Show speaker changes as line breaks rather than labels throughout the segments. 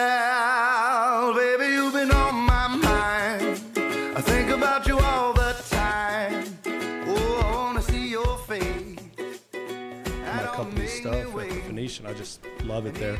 Well, baby, you've been on my mind. I think about you all the time. Oh, I wanna see your face.
my company stuff at the Phoenician. I just love it there.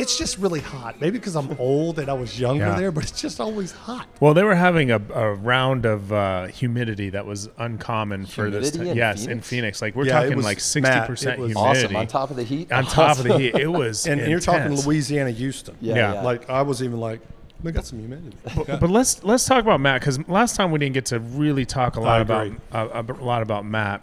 It's just really hot. Maybe because I'm old and I was younger
Yeah.
there, but it's just always hot.
Well, they were having a, a round of uh, humidity that was uncommon for this.
Humidity
ti-
in
yes, in
Phoenix?
Phoenix, like we're
Yeah, it
talking
was-
like sixty
Matt, it
percent
was
humidity
Awesome. On top of the heat.
On top of the heat. It was
And you're talking
intense.
Louisiana, Houston.
Yeah,
yeah,
yeah.
Like I was even like, they got some humidity. Yeah.
But let's let's talk about Matt because last time we didn't get to really talk a lot
I
about
agree.
uh, a lot about Matt.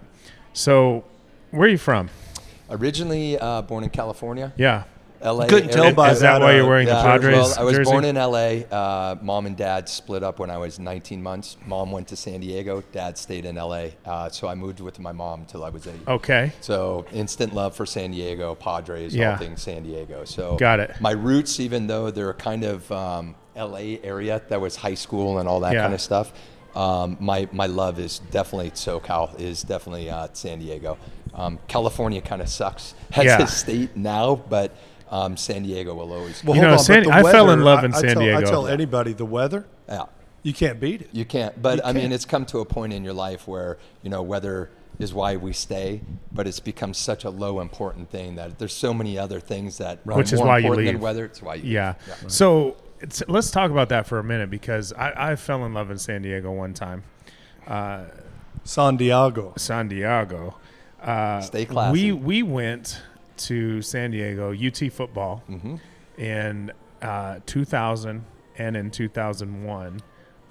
So, where are you from?
Originally uh, born in California,
Yeah,
LA.
Couldn't tell
area.
by
is that
that,
why
uh,
you're wearing
Oh, Yeah,
the Padres
well, I was
jersey?
born in LA. Uh, mom and dad split up when I was 19 months. Mom went to San Diego. Dad stayed in LA. Uh, so I moved with my mom till I was eight.
okay,
So instant love for San Diego Padres,
Yeah.
all things San Diego. So
Got it.
My roots, even though they're kind of um, L.A. area, that was high school and all that
Yeah.
kind of stuff. Um, my my love is definitely SoCal. Is definitely uh, San Diego. Um, California kind of sucks as
Yeah.
a state now, but um, San Diego will always.
Well,
You
hold
know,
on,
San-
but the
I fell in
weather,
love in
I- I
San
tell- I
Diego.
tell anybody the weather,
yeah.
you can't beat it.
You can't. But I mean,
can't.
it's come to a point in your life where you know weather is why we stay, but it's become such a low important thing that there's so many other things that are
Which is
more
why you
important
leave.
than weather. It's why you leave.
yeah. So it's, let's talk about that for a minute because I, I fell in love in San Diego one time,
San Diego.
San Diego. Uh,
Stay
We
classy.
we went to San Diego UT football
Mm-hmm.
in uh, 2000 and in 2001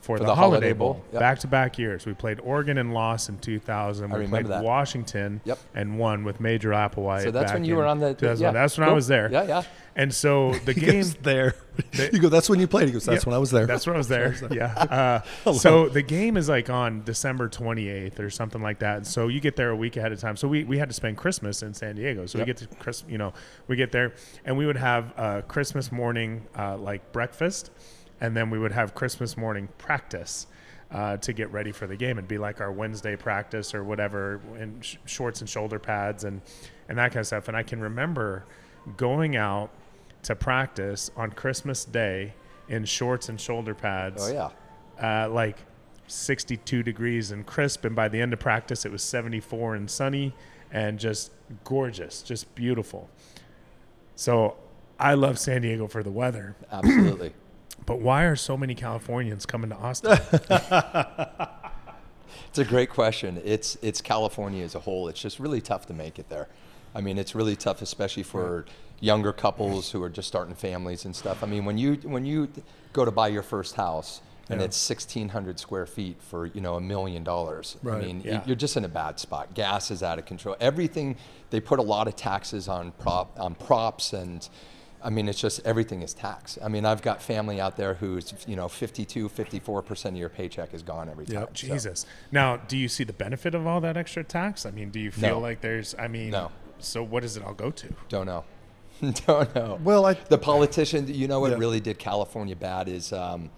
for, the, Holiday Bowl.
Yep.
Back to back years, we played Oregon and lost in 2000. we
remember
played
that.
Washington
Yep.
and won with Major Applewhite.
So that's
back
when you
in
were on the-
2001.
yeah.
That's when I
Cool.
was there.
Yeah, yeah.
And so the
He
game
goes there. you go. That's when you played. He goes. That's
Yep.
when I was there.
That's when I was there. yeah. Uh, so the game is like on December 28th or something like that. So you get there a week ahead of time. So we, we had to spend Christmas in San Diego. So we get to Chris, you know, we get there and we would have uh, Christmas morning uh, like breakfast, and then we would have Christmas morning practice. Uh, to get ready for the game, it'd be like our Wednesday practice or whatever, in sh- shorts and shoulder pads and and that kind of stuff. And I can remember going out to practice on Christmas Day in shorts and shoulder pads.
Oh yeah.
Uh, like 62 degrees and crisp. And by the end of practice, it was 74 and sunny and just gorgeous, just beautiful. So I love San Diego for the weather.
Absolutely.
But why are so many Californians coming to Austin?
It's a great question. It's it's California as a whole. It's just really tough to make it there. I mean, it's really tough, especially for younger couples who are just starting families and stuff. I mean, when you when you go to buy your first house and it's sixteen hundred square feet for you know a million dollars.
Right,
I mean, y-
yeah.
you're just in a bad spot. Gas is out of control. Everything they put a lot of taxes on prop on props and. I mean, it's just everything is taxed. I mean, I've got family out there who's, you know, 52, 54% of your paycheck is gone every time. so-
Jesus. Now, do you see the benefit of all that extra tax? I mean, do you feel
No.
like there's, I mean,
No.
so what does it all go to?
Don't know. Don't know.
Well, I-
the politician. You know what
Yeah.
really did California bad is um,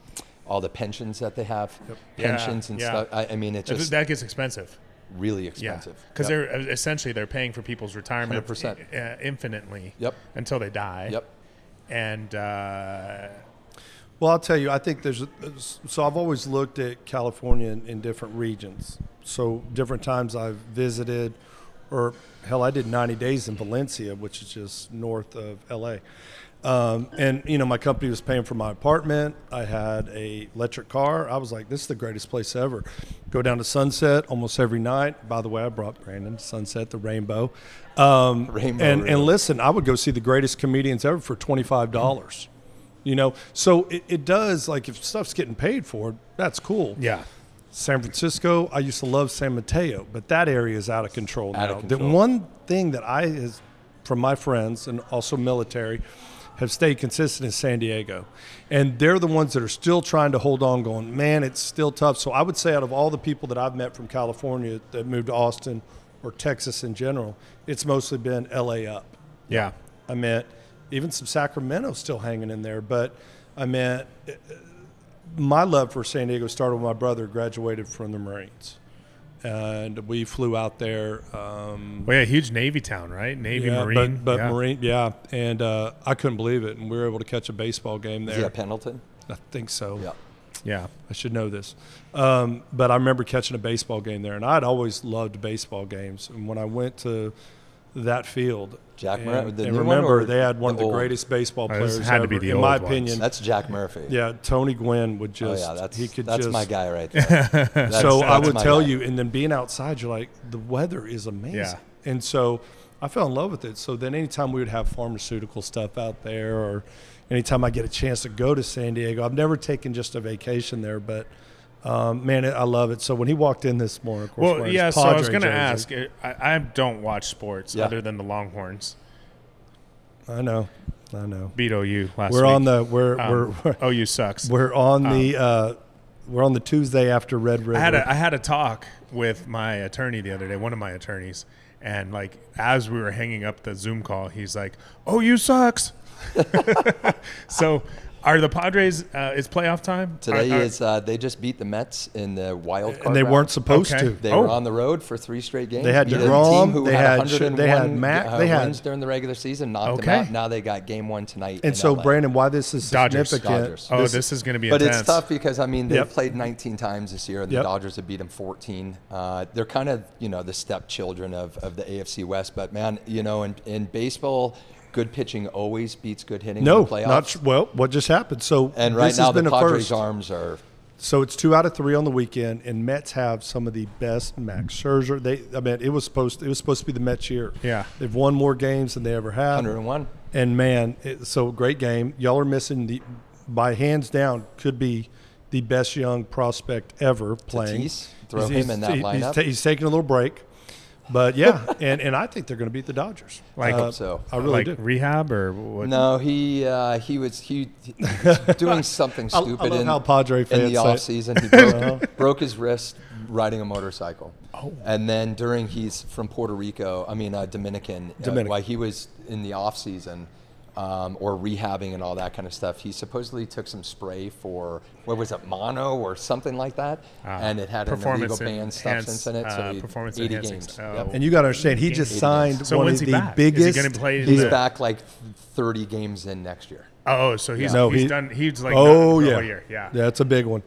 all the pensions that they have,
Yeah,
pensions and
yeah.
stuff. I, I mean, it just
that gets expensive.
really
Yeah,
expensive.
because
Yep.
they're uh, essentially they're paying for people's retirement
100%.
uh, infinitely.
Yep.
Until they die.
Yep.
And uh,
Well, I'll tell you, I think there's so I've always looked at California in, in different regions. So different times I've visited, or hell, I did 90 days in Valencia, which is just north of LA. Um, and you know, my company was paying for my apartment. I had a electric car. I was like, this is the greatest place ever. Go down to Sunset almost every night. By the way, I brought Brandon to Sunset, the Rainbow. Um,
Rainbow
and,
Room.
and listen, I would go see the greatest comedians ever for twenty five dollars. You know, so it, it does like if stuff's getting paid for, that's cool.
yeah,
San Francisco, I used to love San Mateo, but that area is out of control
Out
now.
of control.
The one thing that I has from my friends and also military have stayed consistent is San Diego. And they're the ones that are still trying to hold on, going, man, it's still tough. So I would say out of all the people that I've met from California that moved to Austin or Texas in general, it's mostly been LA up.
yeah,
I meant even some Sacramento still hanging in there, but I meant uh, my love for San Diego started when my brother graduated from the Marines. and we flew out there. Um,
Well, yeah, huge Navy town, right? Navy
yeah,
Marine.
but, but
yeah.
Marine, yeah, and uh, I couldn't believe it, and we were able to catch a baseball game there.
Yeah, Pendleton.
I think so.
Yeah.
Yeah.
I should know this. Um, but I remember catching a baseball game there, and I'd always loved baseball games. And when I went to that field,
Jack
and,
Murray- the
and
new one
remember
or
they had one
the
of the
old?
greatest baseball
Oh, this
players
had to
ever,
be the
in my
old ones.
opinion.
That's Jack Murphy.
yeah, Tony Gwynn would
Oh
just
yeah, that's
he could
that's
just
my guy right there. That's-
so I
that's
would
my
tell
guy.
you, and then being outside, you're like, the weather is amazing.
Yeah.
And so I fell in love with it. So then anytime we would have pharmaceutical stuff out there, or anytime I get a chance to go to San Diego, I've never taken just a vacation there, but um, man, I love it. So when he walked in this morning, of course,
Well,
wearing
yeah.
his
So I was
Padre
going to
jersey,
ask. I, I don't watch sports
Yeah.
other than the Longhorns.
I know, I know.
Beat OU last.
We're on
week.
the we're
Um,
we're we're,
OU sucks.
we're on the uh, we're on the Tuesday after Red River.
I had a, I had a talk with my attorney the other day, one of my attorneys, and like as we were hanging up the Zoom call, he's like, "Oh, you sucks." so, are the Padres? Uh, is playoff time
Today
Are- are-
is uh, they just beat the Mets in the wild card.
and they
round.
weren't supposed
Okay.
to.
They
Oh.
were on the road for three straight games.
They had
beat a
DeGrom,
team who
they
had,
had Sh-
101
they had Mack,
uh,
they had-
wins during the regular season, knocked
Okay.
them out. Now they got game one tonight.
and
in
so,
LA.
Brandon, why this is
Dodgers.
significant?
Dodgers.
oh, this, is going to be
But
intense.
it's tough because I mean they've
Yep.
played 19 times this year, and
Yep.
the Dodgers have beat them 14. Uh, they're kind of you know the stepchildren of, of the AFC West. But man, you know in, in baseball, good pitching always beats good hitting.
No,
in the playoffs.
not well. What just happened? So
and right
this
now
has
the
been a
Padres'
first.
arms are
So it's two out of three on the weekend, and Mets have some of the best Max Scherzer. They, I mean, it was supposed it was supposed to be the Mets year.
Yeah.
they've won more games than they ever have.
101.
And man, it, so great game. Y'all are missing the by hands down could be the best young prospect ever playing.
Tatis, throw him in that
he's-
lineup.
He's, taking a little break, but yeah, and and I think they're going to beat the Dodgers.
Like-
Uh,
so.
I really
like
do.
rehab or what?
No, he uh, he was he was doing something
I- I
stupid
love
in,
how Padre
in
fans
the
say it. Uh-huh.
off season. He broke, broke his wrist riding a motorcycle. Oh. And then during he's from Puerto Rico, I mean uh, Dominican.
Dominican.
Uh, while he was in the off season um, or rehabbing and all that kind of stuff, he supposedly took some spray for what was it, mono or something like that, and it had an illegal
Ah. performance
band
enhanced,
substance in it. So
uh,
he,
performance
80
enhancing-
games.
oh.
Yep.
And you got to understand, he just signed
So
one
when's
of
he
the
back? Is he
biggest.
gonna play in
he's
the-
back.
Back like 30 games in next year.
Oh, so he's
No,
he's
he-
done. He's like
Oh
done for a
yeah,
year. yeah. Mm.
That's a big one.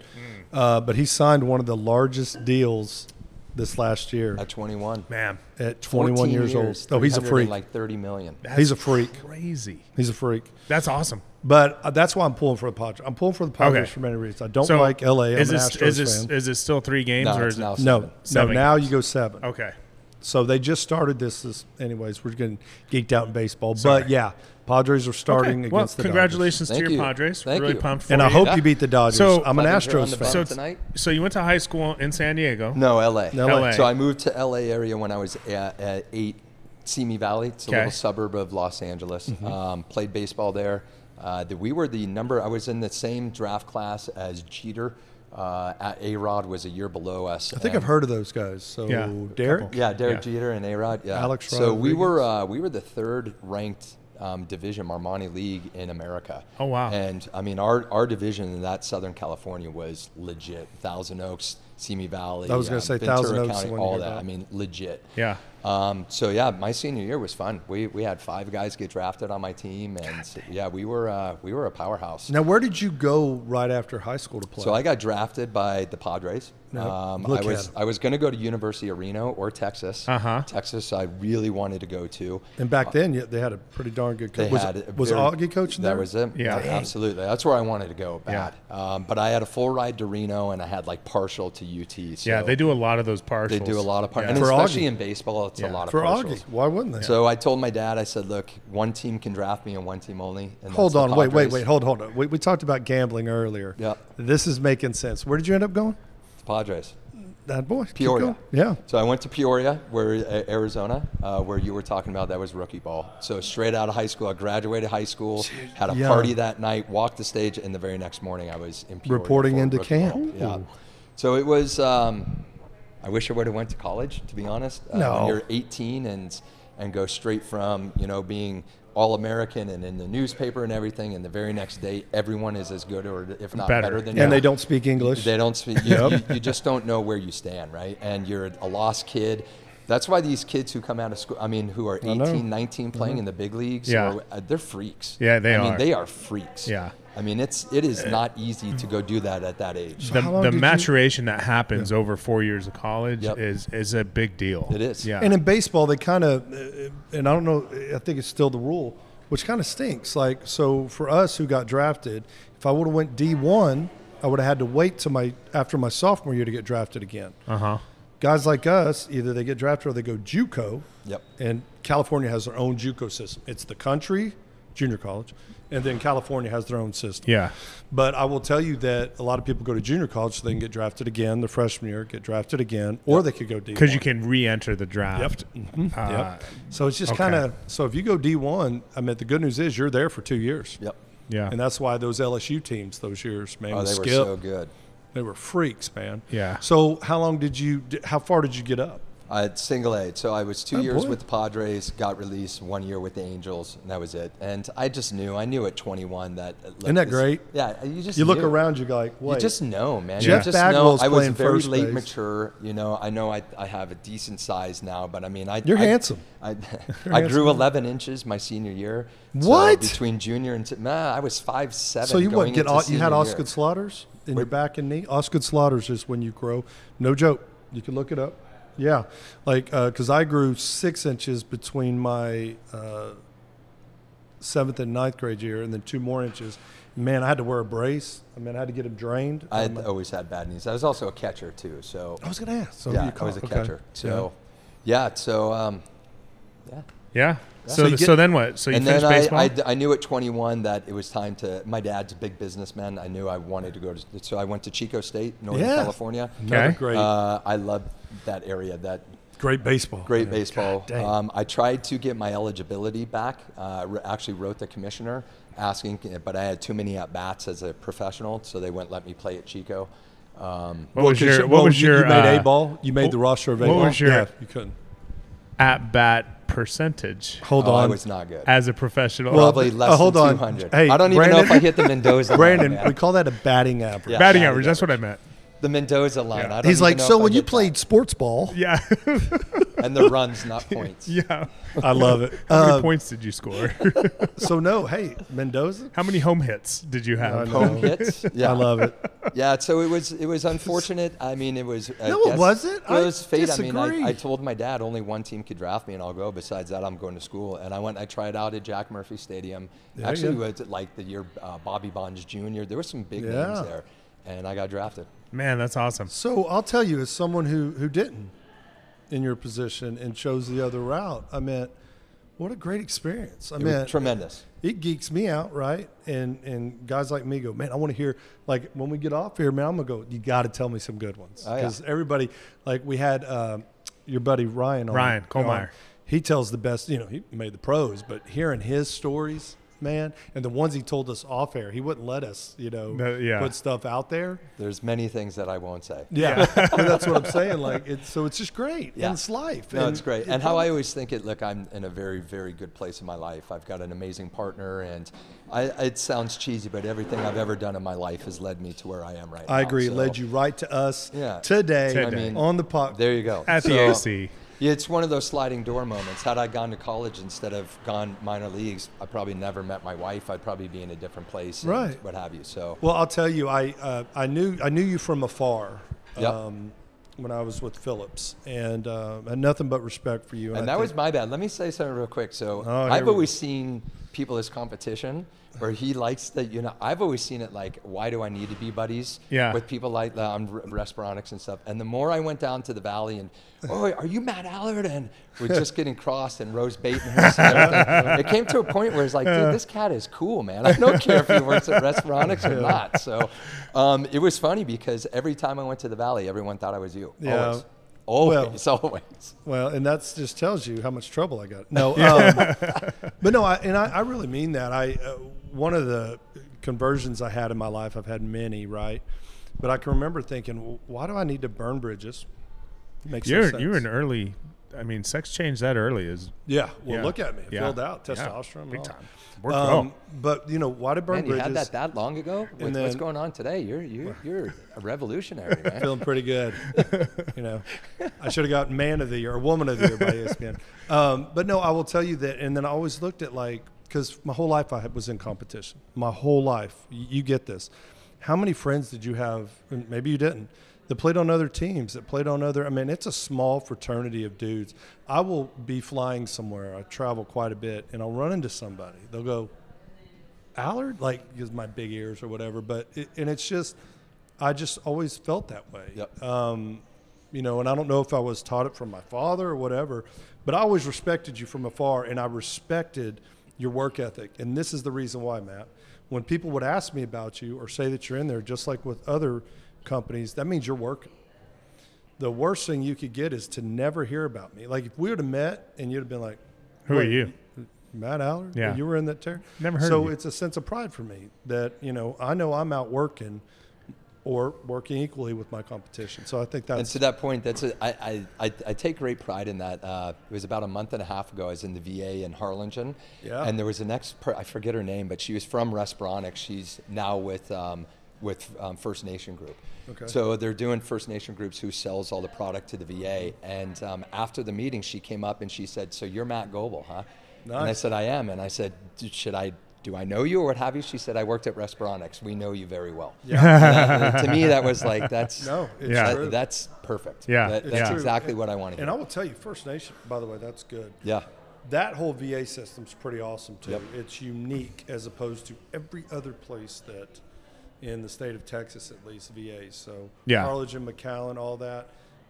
Uh, but he signed one of the largest deals this last year
At 21.
Man,
at 21
14
years old.
years,
Oh, he's a
300 and,
freak.
Like 30 million.
He's a freak.
crazy.
He's a freak.
That's awesome.
But uh, that's why I'm pulling for the Padres. I'm pulling for the Padres
Okay.
for many reasons. I don't
So
like LA. I'm
is
an
this
Astros
is this
fan.
is it still three games
No,
or
it's
is it
now
no,
Seven
no. Now
games. Oh.
you go seven.
okay?
So they just started this. this anyways, we're getting geeked out in baseball.
Sorry.
But yeah, Padres are starting
Okay,
against
well,
the Dodgers.
congratulations
Thank
to
you.
your Padres.
Thank
really
you.
pumped for
And I
you.
hope you beat the Dodgers.
So-
I'm an
Padres are on
Astros
the
fan.
bump.
So
tonight?
So you went to high school in San Diego.
No, LA.
LA.
So I moved to LA area when I was at, at eight, Simi Valley. It's a
Okay.
little suburb of Los Angeles.
Mm-hmm.
Um, played baseball there. Uh, the, we were the number, I was in the same draft class as Jeter. Uh, at A Rod was a year below us.
I think I've heard of those guys. So
Yeah.
Derek,
Yeah, Derek
Yeah.
Jeter and A Rod. Yeah.
Alex
So we
Rodriguez.
were uh, we were the third ranked um, division Marmani League in America.
Oh, wow.
And I mean our our division in that Southern California was legit. Thousand Oaks, Simi Valley.
I was gonna
um,
say
Ventura
Thousand Oaks is
County,
the one you
all
heard
that.
about.
I mean legit.
Yeah.
Um, so yeah, my senior year was fun. We we had five guys get drafted on my team, and yeah, we were uh, we were a powerhouse.
Now, where did you go right after high school to play?
So I got drafted by the Padres. Um,
Look
I was
at 'em.
I was going to go to University of Reno or Texas.
Uh-huh.
Texas, I really wanted to go to.
and back then, yeah, they had a pretty darn good
They
coach. Was,
had
it-
a
was
very-
Augie coaching
That
there?
was it.
Yeah. Dang.
absolutely. That's where I wanted to go. Bad. Um, but I had a full ride to Reno, and I had like partial to UT. So
Yeah, they do a lot of those partials.
They do a lot of part,
Yeah.
and
For
especially
Augie.
in baseball, it's
Yeah.
a lot of
For
partials.
Augie. Why wouldn't they?
So I told my dad, I said, "Look, one team can draft me and one team only." And
hold
that's
on.
the
Wait, wait,
Padres.
wait. Hold, hold on. We, we talked about gambling earlier.
Yeah.
This is making sense. Where did you end up going?
Padres.
That boy. keep
Peoria.
going. Yeah.
So I went to Peoria, where uh, Arizona, uh, where you were talking about. That was rookie ball. So straight out of high school, I graduated high school, had a
Yeah.
party that night, walked the stage, and the very next morning I was in Peoria
Reporting
for
into
rookie ball.
camp.
Yeah. So it was. Um, I wish I would have went to college, to be honest. Uh,
No.
When you're 18 and and go straight from you know being all American and in the newspaper and everything. And the very next day, everyone is as good or if not
Better.
better, than you.
And they don't speak English.
They don't speak. You, you, you just don't know where you stand, right? And you're a lost kid. That's why these kids who come out of school, I mean, who are
know. Mm-hmm.
18, 19 playing in the big leagues,
Yeah.
or, uh, they're freaks.
Yeah, they
I
are.
mean, they are freaks.
Yeah.
I mean, it's it is not easy to go do that at that age.
the,
how long
the
did you-
maturation that happens over four years of college
Yep.
is is a big deal.
It is.
Yeah.
And in baseball, they kind of, and I don't know, I think it's still the rule, which kind of stinks. Like, so for us who got drafted, if I would have went D one, I would have had to wait till my after my sophomore year to get drafted again.
uh huh.
Guys like us, either they get drafted or they go JUCO.
Yep.
And California has their own JUCO system. It's the country junior college, and then California has their own system.
Yeah.
But I will tell you that a lot of people go to junior college so they can get drafted again the freshman year, get drafted again, or they could go D
Because you can re-enter the draft. Uh,
Yep. So it's just
okay.
kind of so if you go D one, I mean the good news is you're there for two years.
Yep.
Yeah.
And that's why those LSU teams those years, man,
Oh,
with
they were
Skip,
so good.
they were freaks, man.
Yeah.
So how long did you? d- How far did you get up?
I had single A. So I was two years
boy.
with the Padres, got released one year with the Angels, and that was it. And I just knew, I knew at 21 that. uh, look,
Isn't that
this-
great?
Yeah, you just
You look
knew.
around, you go like, wait,
You just know, man.
Jeff
you just
Bagwell's
know. I was
playing
very
first
late
base.
mature. You know, I know I, I have a decent size now, but I mean, I
You're
I-
handsome.
I, I grew 11 inches my senior year. So
What?
between junior and se- nah, I was five seven.
so you
going
what? Get
into
all, you had
senior year.
Osgood Slaughters in your back and knee. Osgood Slaughters is when you grow. No joke. You can look it up. Yeah, like because I grew six inches between my uh, seventh and ninth grade year, and then two more inches. Man, I had to wear a brace. I mean, I had to get them drained.
I
Um,
had always had bad knees. I was also a catcher too. So
I was gonna ask. So
yeah,
you
I was a
caught- okay.
catcher. So yeah, so um, yeah.
yeah. So
you get-
so then what? So you
and
finish
then I,
baseball.
I, I knew at 21 that it was time to. My dad's a big businessman. I knew I wanted to go to. So I went to Chico State, Northern
Yeah.
California.
Another
Okay.
great,
Uh, I love that area. That
great baseball.
great baseball.
Oh, dang.
Um, I tried to get my eligibility back. Uh, re- actually, wrote the commissioner asking, eh, but I had too many at bats as a professional, so they wouldn't let me play at Chico. Um,
what was
'cause
your
you-
What
well,
was
you-
your
You made
uh,
a ball. You made the
what-
roster of a
what
ball.
was your-
yeah, you couldn't.
at bat percentage
Hold
oh, I
on.
was not good.
as a professional?
Well,
Probably
uh,
less
hold
than
on.
200.
Hey,
I don't even know if
Brandon-
I hit the Mendoza line.
Brandon,
man.
we call that a batting average.
Yeah,
batting average. That's what I meant.
The Mendoza line. I don't
He's
even
like,
know
so
if I
when you
hit that."
played sports ball,
Yeah.
and the runs, not points.
yeah.
I love it.
How many
Uh,
points did you score?
so no, hey Mendoza,
How many home hits did you have?
know.
Home hits.
I
Yeah.
love it.
Yeah, so it was it was unfortunate. I mean, it was. I
No, it
guess-
wasn't.
Well,
I
it was fate. I mean,
disagree.
I, I told my dad only one team could draft me, and I'll go. Besides that, I'm going to school. And I went. I tried out at Jack Murphy Stadium.
you
Actually,
go.
was like the year uh, Bobby Bonds Jr. There were some big
Yeah.
names there, and I got drafted.
Man, that's awesome.
So I'll tell you, as someone who who didn't in your position and chose the other route, I meant what a great experience. I
It was
mean,
tremendous.
it geeks me out, right? And and guys like me go, man, I want to hear like when we get off here, man, I'm gonna go. You got to tell me some good ones
Oh, yeah.
because everybody, like we had um, your buddy Ryan on.
Ryan Kohlmeyer.
on. He tells the best. You know, he made the pros, but hearing his stories, man, and the ones he told us off air, he wouldn't let us, you know,
No, yeah.
put stuff out there.
There's many things that I won't say.
Yeah, But that's what I'm saying. Like, it's so it's just great.
Yeah.
And it's life.
No,
and
it's great. And how I always think it, look, I'm in a very, very good place in my life. I've got an amazing partner, and I, it sounds cheesy, but everything I've ever done in my life has led me to where I am right now.
I agree.
So
It led you right to us
Yeah.
today,
Today. I
mean,
on the pot.
There you go.
At the
So,
AC.
Yeah, it's one of those sliding door moments. Had I gone to college instead of gone minor leagues, I probably never met my wife. I'd probably be in a different place, and
Right.
What have you? So
Well, I'll tell you, I uh, I knew I knew you from afar.
Yep.
Um, when I was with Phillips, and uh, had nothing but respect for you.
And
I
that was
think-
my bad. Let me say something real quick. So
Oh, here
I've
we-
always seen people as competition, where he likes that. You know, I've always seen it like, why do I need to be buddies
Yeah.
with people like that on r- restaurants and stuff? And the more I went down to the valley and, oh, are you Matt Allard? And we're just getting crossed and Rose Batemanhurst and everything. It came to a point where it's like, dude, this cat is cool, man. I don't care if he works at restaurants or not. So um, it was funny because every time I went to the valley, everyone thought I was you.
Yeah.
Always. Always, always.
well, and that's just tells you how much trouble I got. No, um, but no, I, and I, I really mean that. I uh, one of the conversions I had in my life, I've had many, right? But I can remember thinking, well, why do I need to burn bridges? Makes no
You're you were
sense.
an early I mean, sex change that early is
Yeah. Well,
Yeah.
look at me.
Yeah.
Filled out,
Yeah.
testosterone, and
big
all.
time. Worked
Um,
well.
but you know, why did burn
Man, you
bridges?
had that that long ago. With what's
then-
going on today? You're you you're a revolutionary, man.
feeling pretty good. you know, I should have gotten man of the year or woman of the year by E ESPN. Um, but no, I will tell you that. And then I always looked at like, because my whole life I had- was in competition. My whole life, you, you get this. How many friends did you have? And maybe you didn't. That played on other teams. That played on other. I mean, it's a small fraternity of dudes. I will be flying somewhere. I travel quite a bit, and I'll run into somebody. They'll go, Allard, like because my big ears or whatever. But it, and it's just, I just always felt that way.
Yep.
Um, you know, and I don't know if I was taught it from my father or whatever, but I always respected you from afar, and I respected your work ethic. And this is the reason why, Matt. When people would ask me about you or say that you're in there, just like with other companies, that means you're working. The worst thing you could get is to never hear about me. Like if we would have met and you'd have been like,
Who are
"Wait,
you?
Matt Allard.
Yeah.
you were in that tear.
Never heard
So
of you.
it's a sense of pride for me that you know I know I'm out working, or working equally with my competition. So I think
And
that's
to that point, that's a, I, I, I, I take great pride in that. Uh, it was about a month and a half ago. I was in the VA in Harlingen,
Yeah.
and there was an ex. per- I forget her name, but she was from Respironics. She's now with um, with um, First Nation Group.
Okay.
So they're doing First Nation Groups who sells all the product to the VA. And um, after the meeting, she came up and she said, "So you're Matt Goble, huh?" And I
Nice.
said, "I am." And I said, "D- "Should I?" Do I know you or what have you? She said, I worked at Respironics. We know you very well. Yeah. to me, that was like, that's
no, it's
Yeah.
true.
that, that's perfect.
Yeah,
That-
It's
that's
true.
exactly what I want to
and I
hear.
will tell you, First Nation. By the way, that's good.
Yeah,
That whole VA system's pretty awesome too.
Yep.
It's unique as opposed to every other place that, in the state of Texas at least, VA. So
Yeah.
Harlingen, McAllen, all that.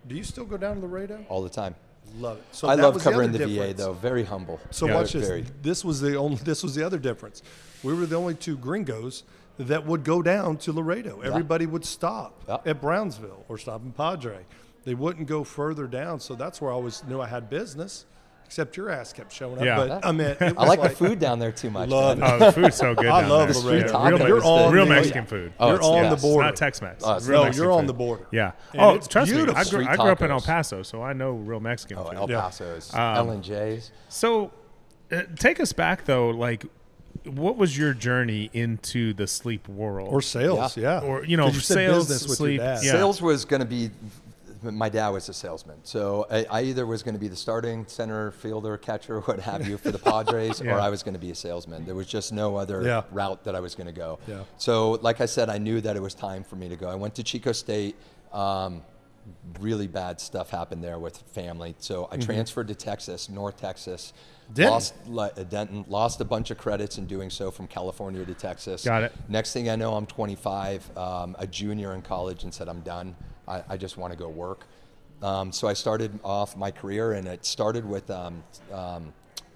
Do you still go down to Laredo?
all the time.
Love it. So
I
that
love
was the
covering
other
the, VA
difference.
though. Very humble.
So
Yeah.
watch this.
Very-
This was the only. This was the other difference. We were the only two gringos that would go down to Laredo. Everybody would stop
Yeah.
at Brownsville or stop in Padre. They wouldn't go further down. So that's where I always knew I had business. Except your ass kept showing up.
Yeah.
But I mean, it
I
was
like the food down there too much.
Love
man.
Oh, the food's so good.
I
down
love
there.
the street
Yeah,
tacos.
Real,
You're
Mexican-
on
real
the-
Mexican food.
Oh,
you're
it's
on
the
the
best.
border.
Not Tex-Mex.
Oh,
It's
it's
real
no,
Mexican
you're on
food.
the border.
Yeah.
And
oh,
it's
trust
beautiful.
me. I grew,
Street
I grew up in
tacos.
El Paso, so I know real Mexican
Oh,
food.
El
Yeah.
Paso's, L and J's.
So, uh, take us back though. Like, what was your journey into the sleep world?
or sales, yeah.
Or, you know,
'Cause said
sales,
business with
sleep,
your dad.
yeah.
Sales was going to be. My dad was a salesman, so I, I either was going to be the starting center, fielder, catcher, what have you, for the Padres,
Yeah.
or I was going to be a salesman. There was just no other
Yeah.
route that I was going to go.
Yeah.
So, like I said, I knew that it was time for me to go. I went to Chico State. Um, really bad stuff happened there with family, so I transferred to Texas, North Texas.
Denton.
Lost li- uh, Denton, lost a bunch of credits in doing so from California to Texas.
Got it.
Next thing I know, I'm 25, um, a junior in college, and said, I'm done. I, I just want to go work. Um, so I started off my career, and it started with um, um,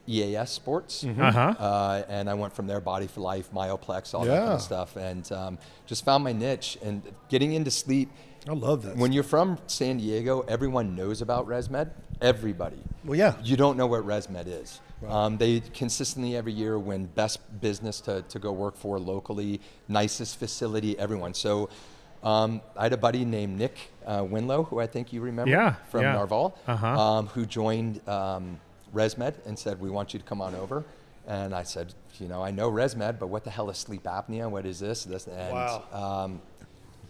EAS sports.
Uh-huh.
Uh, and I went from there, Body for Life, Myoplex, all that kind
Yeah.
of stuff, and um, just found my niche. And getting into sleep,
I love that.
when you're from San Diego, everyone knows about ResMed. Everybody.
Well, yeah.
You don't know what ResMed is. Um, they consistently every year win best business to, to go work for locally, nicest facility, everyone. So um, I had a buddy named Nick uh, Winlow, who I think you remember
Yeah,
from
yeah.
Narval,
Uh-huh.
um, who joined um, ResMed and said, We want you to come on over. And I said, You know, I know ResMed, but what the hell is sleep apnea? What is this? this and
Wow.
um,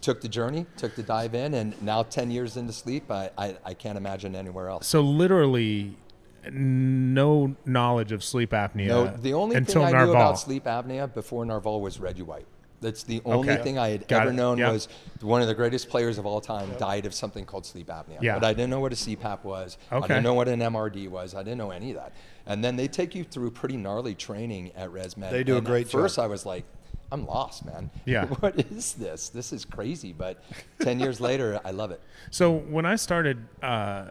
took the journey, took the dive in, and now 10 years into sleep, I, I, I can't imagine anywhere else.
So literally, no knowledge of sleep apnea.
No, the only
until
thing I
Narval.
knew about sleep apnea before Narval was Reggie White. That's the only
Okay.
thing I had
Got
ever
it.
known
Yeah.
was one of the greatest players of all time died of something called sleep apnea.
Yeah.
But I didn't know what a CPAP was. I
Okay.
didn't know what an MRD was. I didn't know any of that. And then they take you through pretty gnarly training at ResMed.
They do a
And
great
at
job.
First, I was like, I'm lost, man.
Yeah.
what is this? This is crazy. But 10 years later, I love it.
So when I started, uh,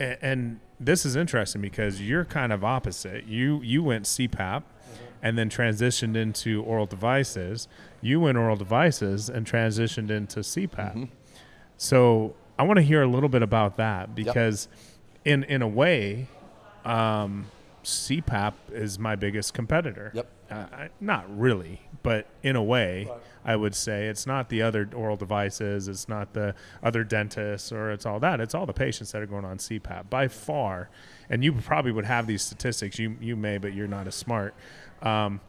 a- and this is interesting because you're kind of opposite. You you went CPAP, and then transitioned into oral devices. You went oral devices and transitioned into CPAP.
Mm-hmm.
So I want to hear a little bit about that because, in in a way, um, CPAP is my biggest competitor.
Yep.
uh, I- not really, but in a way, I would say it's not the other oral devices, it's not the other dentists, or it's all that. It's all the patients that are going on CPAP by far. And you probably would have these statistics. You you may, but you're not as smart. Um,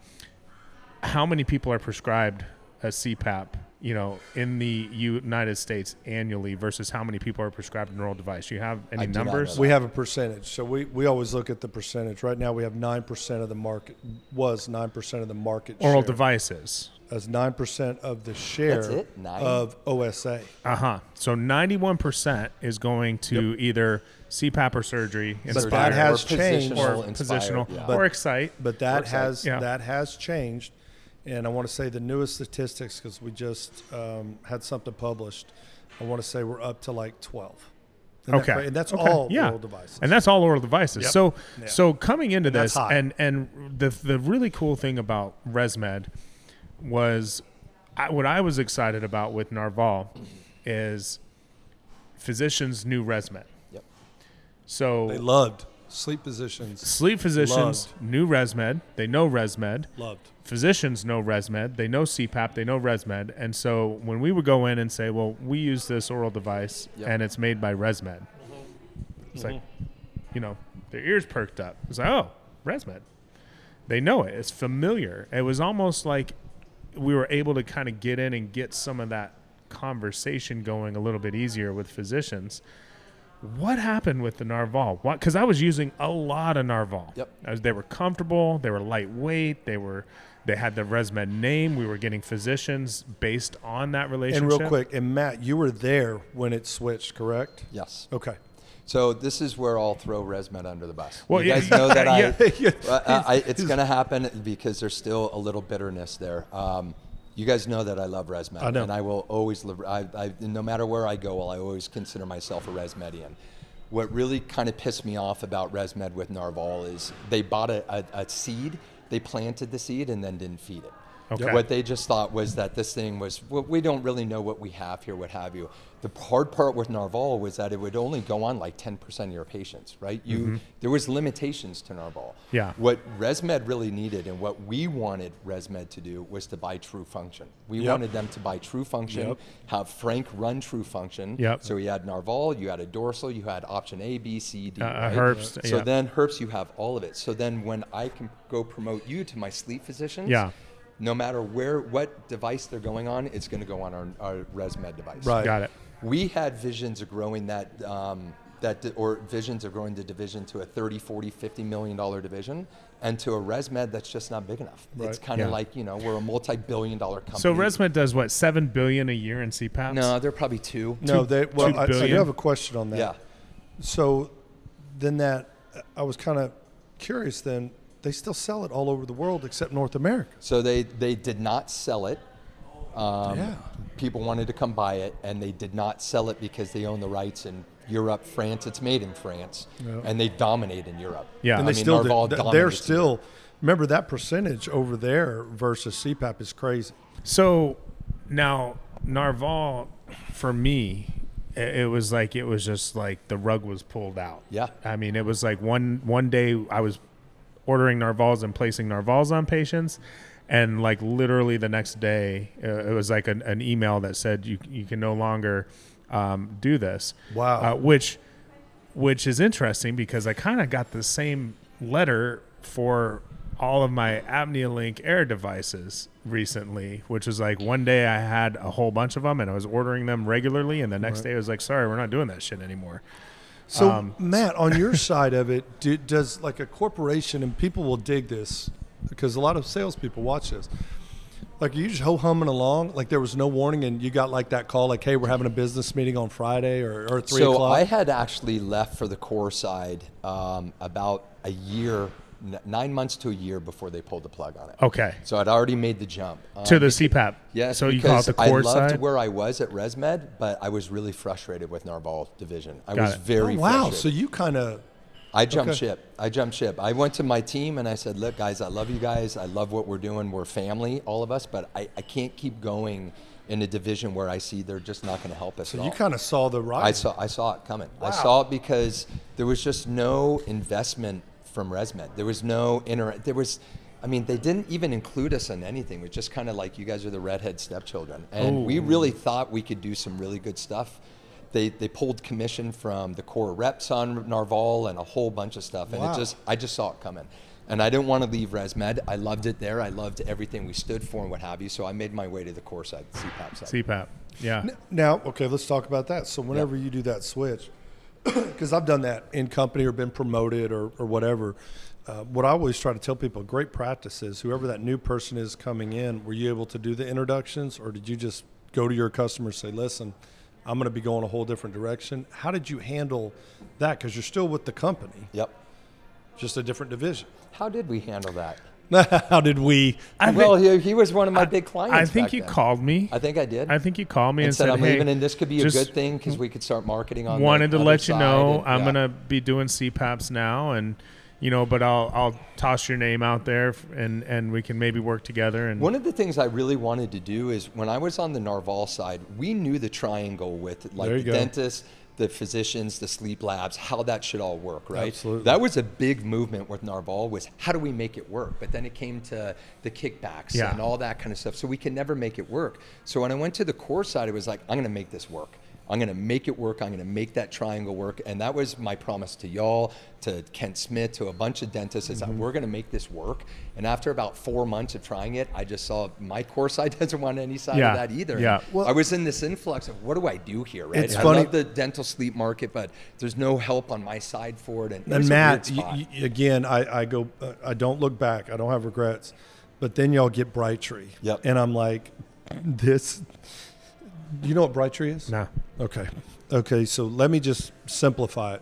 how many people are prescribed a CPAP, you know, in the United States annually versus how many people are prescribed an oral device? You have any
I do not know
numbers?
that.
We have a percentage. So we, we always look at the percentage. Right now, we have 9% of the market, was 9% of the market
Oral
share.
devices.
That's 9% of the share
it, nine?
of OSA.
Uh huh. So 91% is going to either CPAP or surgery,
that
Surgery
Inspire,
has
or
changed.
positional,
or
inspired,
positional,
yeah.
or Excite.
But that
Works out,
has
yeah.
that has changed, and I want to say the newest statistics because we just um, had something published. I want to say we're up to like twelve. And that-
okay,
and that's
Okay.
all
yeah.
oral devices.
and that's all oral devices.
Yep.
So,
Yeah.
so coming into
that's
this,
hot.
and and the the really cool thing about ResMed was I, what I was excited about with Narval is physicians knew ResMed.
Yep.
So
they loved sleep positions.
sleep physicians
Loved.
knew ResMed. They know ResMed.
Loved.
physicians know ResMed, they know CPAP, they know ResMed, and so when we would go in and say, "Well, we use this oral device
Yep.
and it's made by ResMed," it's like, you know, their ears perked up. It's like, "Oh, ResMed," they know it. It's familiar. It was almost like we were able to kind of get in and get some of that conversation going a little bit easier with physicians. What happened with the Narval? What? Because I was using a lot of Narval.
Yep.
I was- they were comfortable. They were lightweight. They were. They had the ResMed name. We were getting physicians based on that relationship.
And real quick, and Matt, you were there when it switched, correct?
Yes.
Okay.
So this is where I'll throw ResMed under the bus.
Well,
you
yeah,
guys know that I,
yeah,
yeah.
Well, I- I- it's going to happen because there's still a little bitterness there. Um, you guys know that I love ResMed,
I know.
and I will always live. I, I, no matter where I go, I always consider myself a ResMedian. What really kind of pissed me off about ResMed with Narval is they bought a, a, a seed, they planted the seed, and then didn't feed it.
Okay.
What they just thought was that this thing was well, we don't really know what we have here, what have you. The hard part with Narval was that it would only go on like 10% of your patients, right? You there was limitations to Narval.
Mm-hmm. Yeah.
What ResMed really needed and what we wanted ResMed to do was to buy True Function. We wanted them to buy True Function, have Frank run True Function.
Yep.
So you had Narval, you had a dorsal, you had option A, B, C, D.
Uh,
right?
Herbst,
So
yeah.
then Herbst, you have all of it. So then when I can go promote you to my sleep physicians,
Yeah.
no matter where what device they're going on, it's going to go on our, our ResMed device.
Right.
got it.
We had visions of growing that um, that di- or visions of growing the division to a 30, 40, 50 million dollar division and to a ResMed that's just not big enough. It's
Right.
kind of
Yeah.
like, you know, we're a multi-billion dollar company.
So ResMed does what seven billion a year in CPAPs.
No, they're probably two.
No, they. Well,
two
I, I do
billion.
have a question on that.
Yeah.
So then that I was kind of curious. Then they still sell it all over the world except North America.
So they they did not sell it. Um,
Yeah.
People wanted to come buy it, and they did not sell it because they own the rights in Europe, France. It's made in France, and they dominate in Europe.
Yeah.
and
I
they
mean,
still do. Th-
Narval
They're
dominates in Europe.
still. Remember that percentage over there versus CPAP is crazy.
So now Narval, for me, i- it was like it was just like the rug was pulled out.
Yeah.
I mean, it was like one one day I was ordering Narvals and placing Narvals on patients, and like literally the next day, uh, it was like an, an email that said you you can no longer um, do this.
Wow.
Uh, which which is interesting because I kind of got the same letter for all of my apnea link air devices recently which was like one day i had a whole bunch of them and i was ordering them regularly and the next day i was like sorry we're not doing that shit anymore
So
Um,
Matt, on your side of it, do, does like a corporation and people will dig this because a lot of salespeople watch this. Like you just ho humming along, like there was no warning, and you got like that call, like, "Hey, we're having a business meeting on Friday or, or three
so
o'clock."
I had actually left for the core side um, about a year, n- nine months to a year before they pulled the plug on it.
okay
So I'd already made the jump. Um,
to the cpap
Yes,
so you call it
because
the core
I loved
side
where I was at ResMed, but I was really frustrated with Narval division. I
Got
was
it.
very
Oh, wow,
frustrated.
so you kind of
I jumped
Okay.
ship. I jumped ship. I went to my team and I said, "Look, guys, I love you guys. I love what we're doing. We're family, all of us. But I, I can't keep going in a division where I see they're just not going to help us."
So
at
you
all."
kind of saw the
I
rise.
saw I saw it coming. I saw it because there was just no investment from ResMed. There was no inter. There was I mean, they didn't even include us in anything. It was just kind of like, you guys are the redhead stepchildren. And we really thought we could do some really good stuff. They, they pulled commission from the core reps on Narval and a whole bunch of stuff. And
Wow.
it just, I just saw it coming. And I didn't want to leave ResMed. I loved it there. I loved everything we stood for and what have you. So I made my way to the core side, the CPAP side.
CPAP. Yeah.
Now, okay, let's talk about that. So whenever you do that switch, because I've done that in company or been promoted or, or whatever, uh, what I always try to tell people, great practice is whoever that new person is coming in, were you able to do the introductions or did you just go to your customers say, listen, I'm going to be going a whole different direction? How did you handle that? Because you're still with the company,
Yep.
just a different division.
How did we handle that?
How did we?
I
well,
thi-
he, he was one of my big clients.
I think
back
you
then.
called me.
I think I did.
I think you called me and,
and said, "I'm
hey,
leaving, and this could be a
just
good thing because we could start marketing on." the
Wanted to
other
let you
side
know
and-
I'm
yeah.
gonna be doing CPAPs now, and you know, but I'll I'll toss your name out there, f- and and we can maybe work together. And
One of the things I really wanted to do is when I was on the Narval side, we knew the triangle with like
There you
the
go.
dentist, the physicians, the sleep labs, how that should all work, right?
Absolutely.
That was a big movement with Narval was how do we make it work? But then it came to the kickbacks
Yeah.
and all that kind of stuff. So we can never make it work. So when I went to the core side, it was like, I'm gonna make this work. I'm gonna make it work. I'm gonna make that triangle work. And that was my promise to y'all, to Kent Smith, to a bunch of dentists, is
Mm-hmm.
that we're gonna make this work. And after about four months of trying it, I just saw my core side doesn't want any side
Yeah.
of that either.
Yeah.
And I was in this influx of what do I do here, right?
It's
I
funny-
love the dental sleep market, but there's no help on my side for it. And, it
And
was a
Matt,
weird
you,
spot.
you- again, I, I go, uh, I don't look back. I don't have regrets. But then y'all get Bright Tree.
Yep.
And I'm like, this. You know what Bright Tree is?
nah,
Okay. Okay. So let me just simplify it.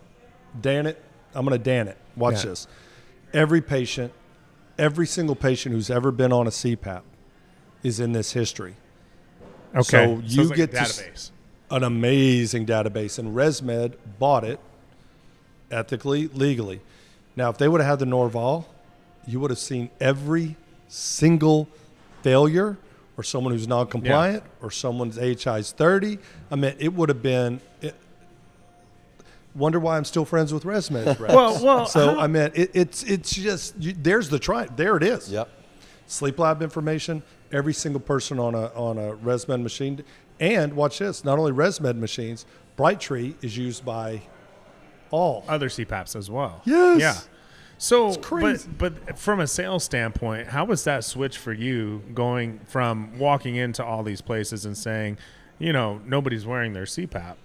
Dan it. I'm going to Dan it. Watch
Yeah.
this. Every patient, every single patient who's ever been on a CPAP is in this history.
okay,
So
it's
you
like a
get to s-
database.
An amazing database. And ResMed bought it ethically, legally. Now, if they would have had the Norval, you would have seen every single failure or someone who's non compliant or someone's AHI is 30. I mean, it would have been. It, wonder why I'm still friends with ResMed. reps.
Well, well,
so,
how-
I mean, it, it's it's just, you, there's the try. There it is
Yep.
sleep lab information, every single person on a on a ResMed machine. And watch this, not only ResMed machines, Brightree is used by all.
other CPAPs as well.
Yes.
Yeah. So,
crazy.
but but from a sales standpoint, how was that switch for you going from walking into all these places and saying, you know, nobody's wearing their CPAP?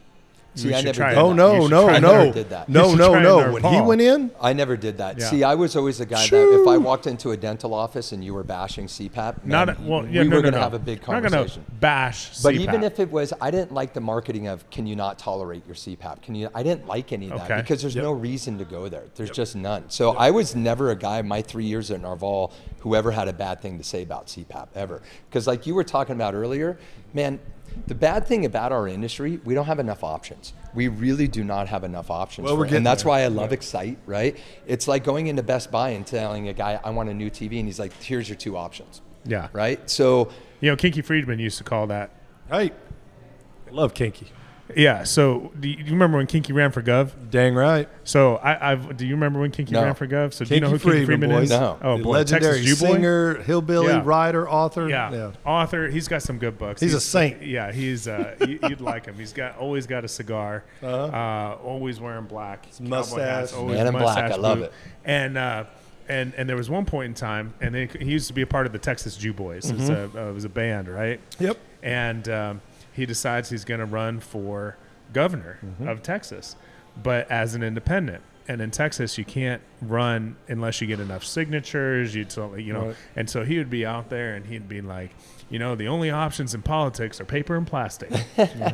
See,
You
I
should
never
try
did
it.
oh
that.
You
no,
should
no,
try
no.
their-
did that.
You
No,
should
no,
try
no.
their
When he
Paul.
went in,
I never did that.
Yeah.
See, I was always a guy that if I walked into a dental office and you were bashing CPAP, man,
Not a- well, yeah,
we
no, no,
were going
no.
to have a big
We're Not
conversation.
going to bash
But
CPAP.
even if it was, I didn't like the marketing of "Can you not tolerate your CPAP?" Can you? I didn't like any of that
Okay.
because there's no reason to go there. There's just none. So I was never a guy. My three years at Narval, whoever had a bad thing to say about CPAP ever, because like you were talking about earlier, man, the bad thing about our industry, we don't have enough options. We really do not have enough options.
Well,
for
we're
it.
getting
and that's
there.
why I love Excite. Right? It's like going into Best Buy and telling a guy, "I want a new TV," and he's like, "Here's your two options."
yeah,
Right? So.
You know, Kinky Friedman used to call that.
hey, I love Kinky.
Yeah. So, do you, do you remember when Kinky ran for Gov?
Dang right.
So, I, I've. Do you remember when Kinky
No.
ran for Gov? So, do
Kinky
you know who Kinky
Friedman,
Friedman
boys.
is?
No.
Oh,
The
boy.
legendary
Texas Jew boy?
singer, hillbilly,
Yeah.
writer, author.
Yeah. author. He's got some good books.
He's a saint.
Yeah, he's uh, you, you'd like him. He's got always got a cigar. uh always wearing black. His
Uh-huh. mustache.
Man in black, I love it.
And uh, and and there was one point in time, and they, he used to be a part of the Texas Jew Boys. It's
Mm-hmm.
a, uh, it was a band, right?
Yep.
And um, he decides he's going to run for governor
Mm-hmm.
of Texas, but as an independent. And in Texas, you can't run unless you get enough signatures. You totally, you know,
Right.
and so he would be out there and he'd be like, you know, the only options in politics are paper and plastic.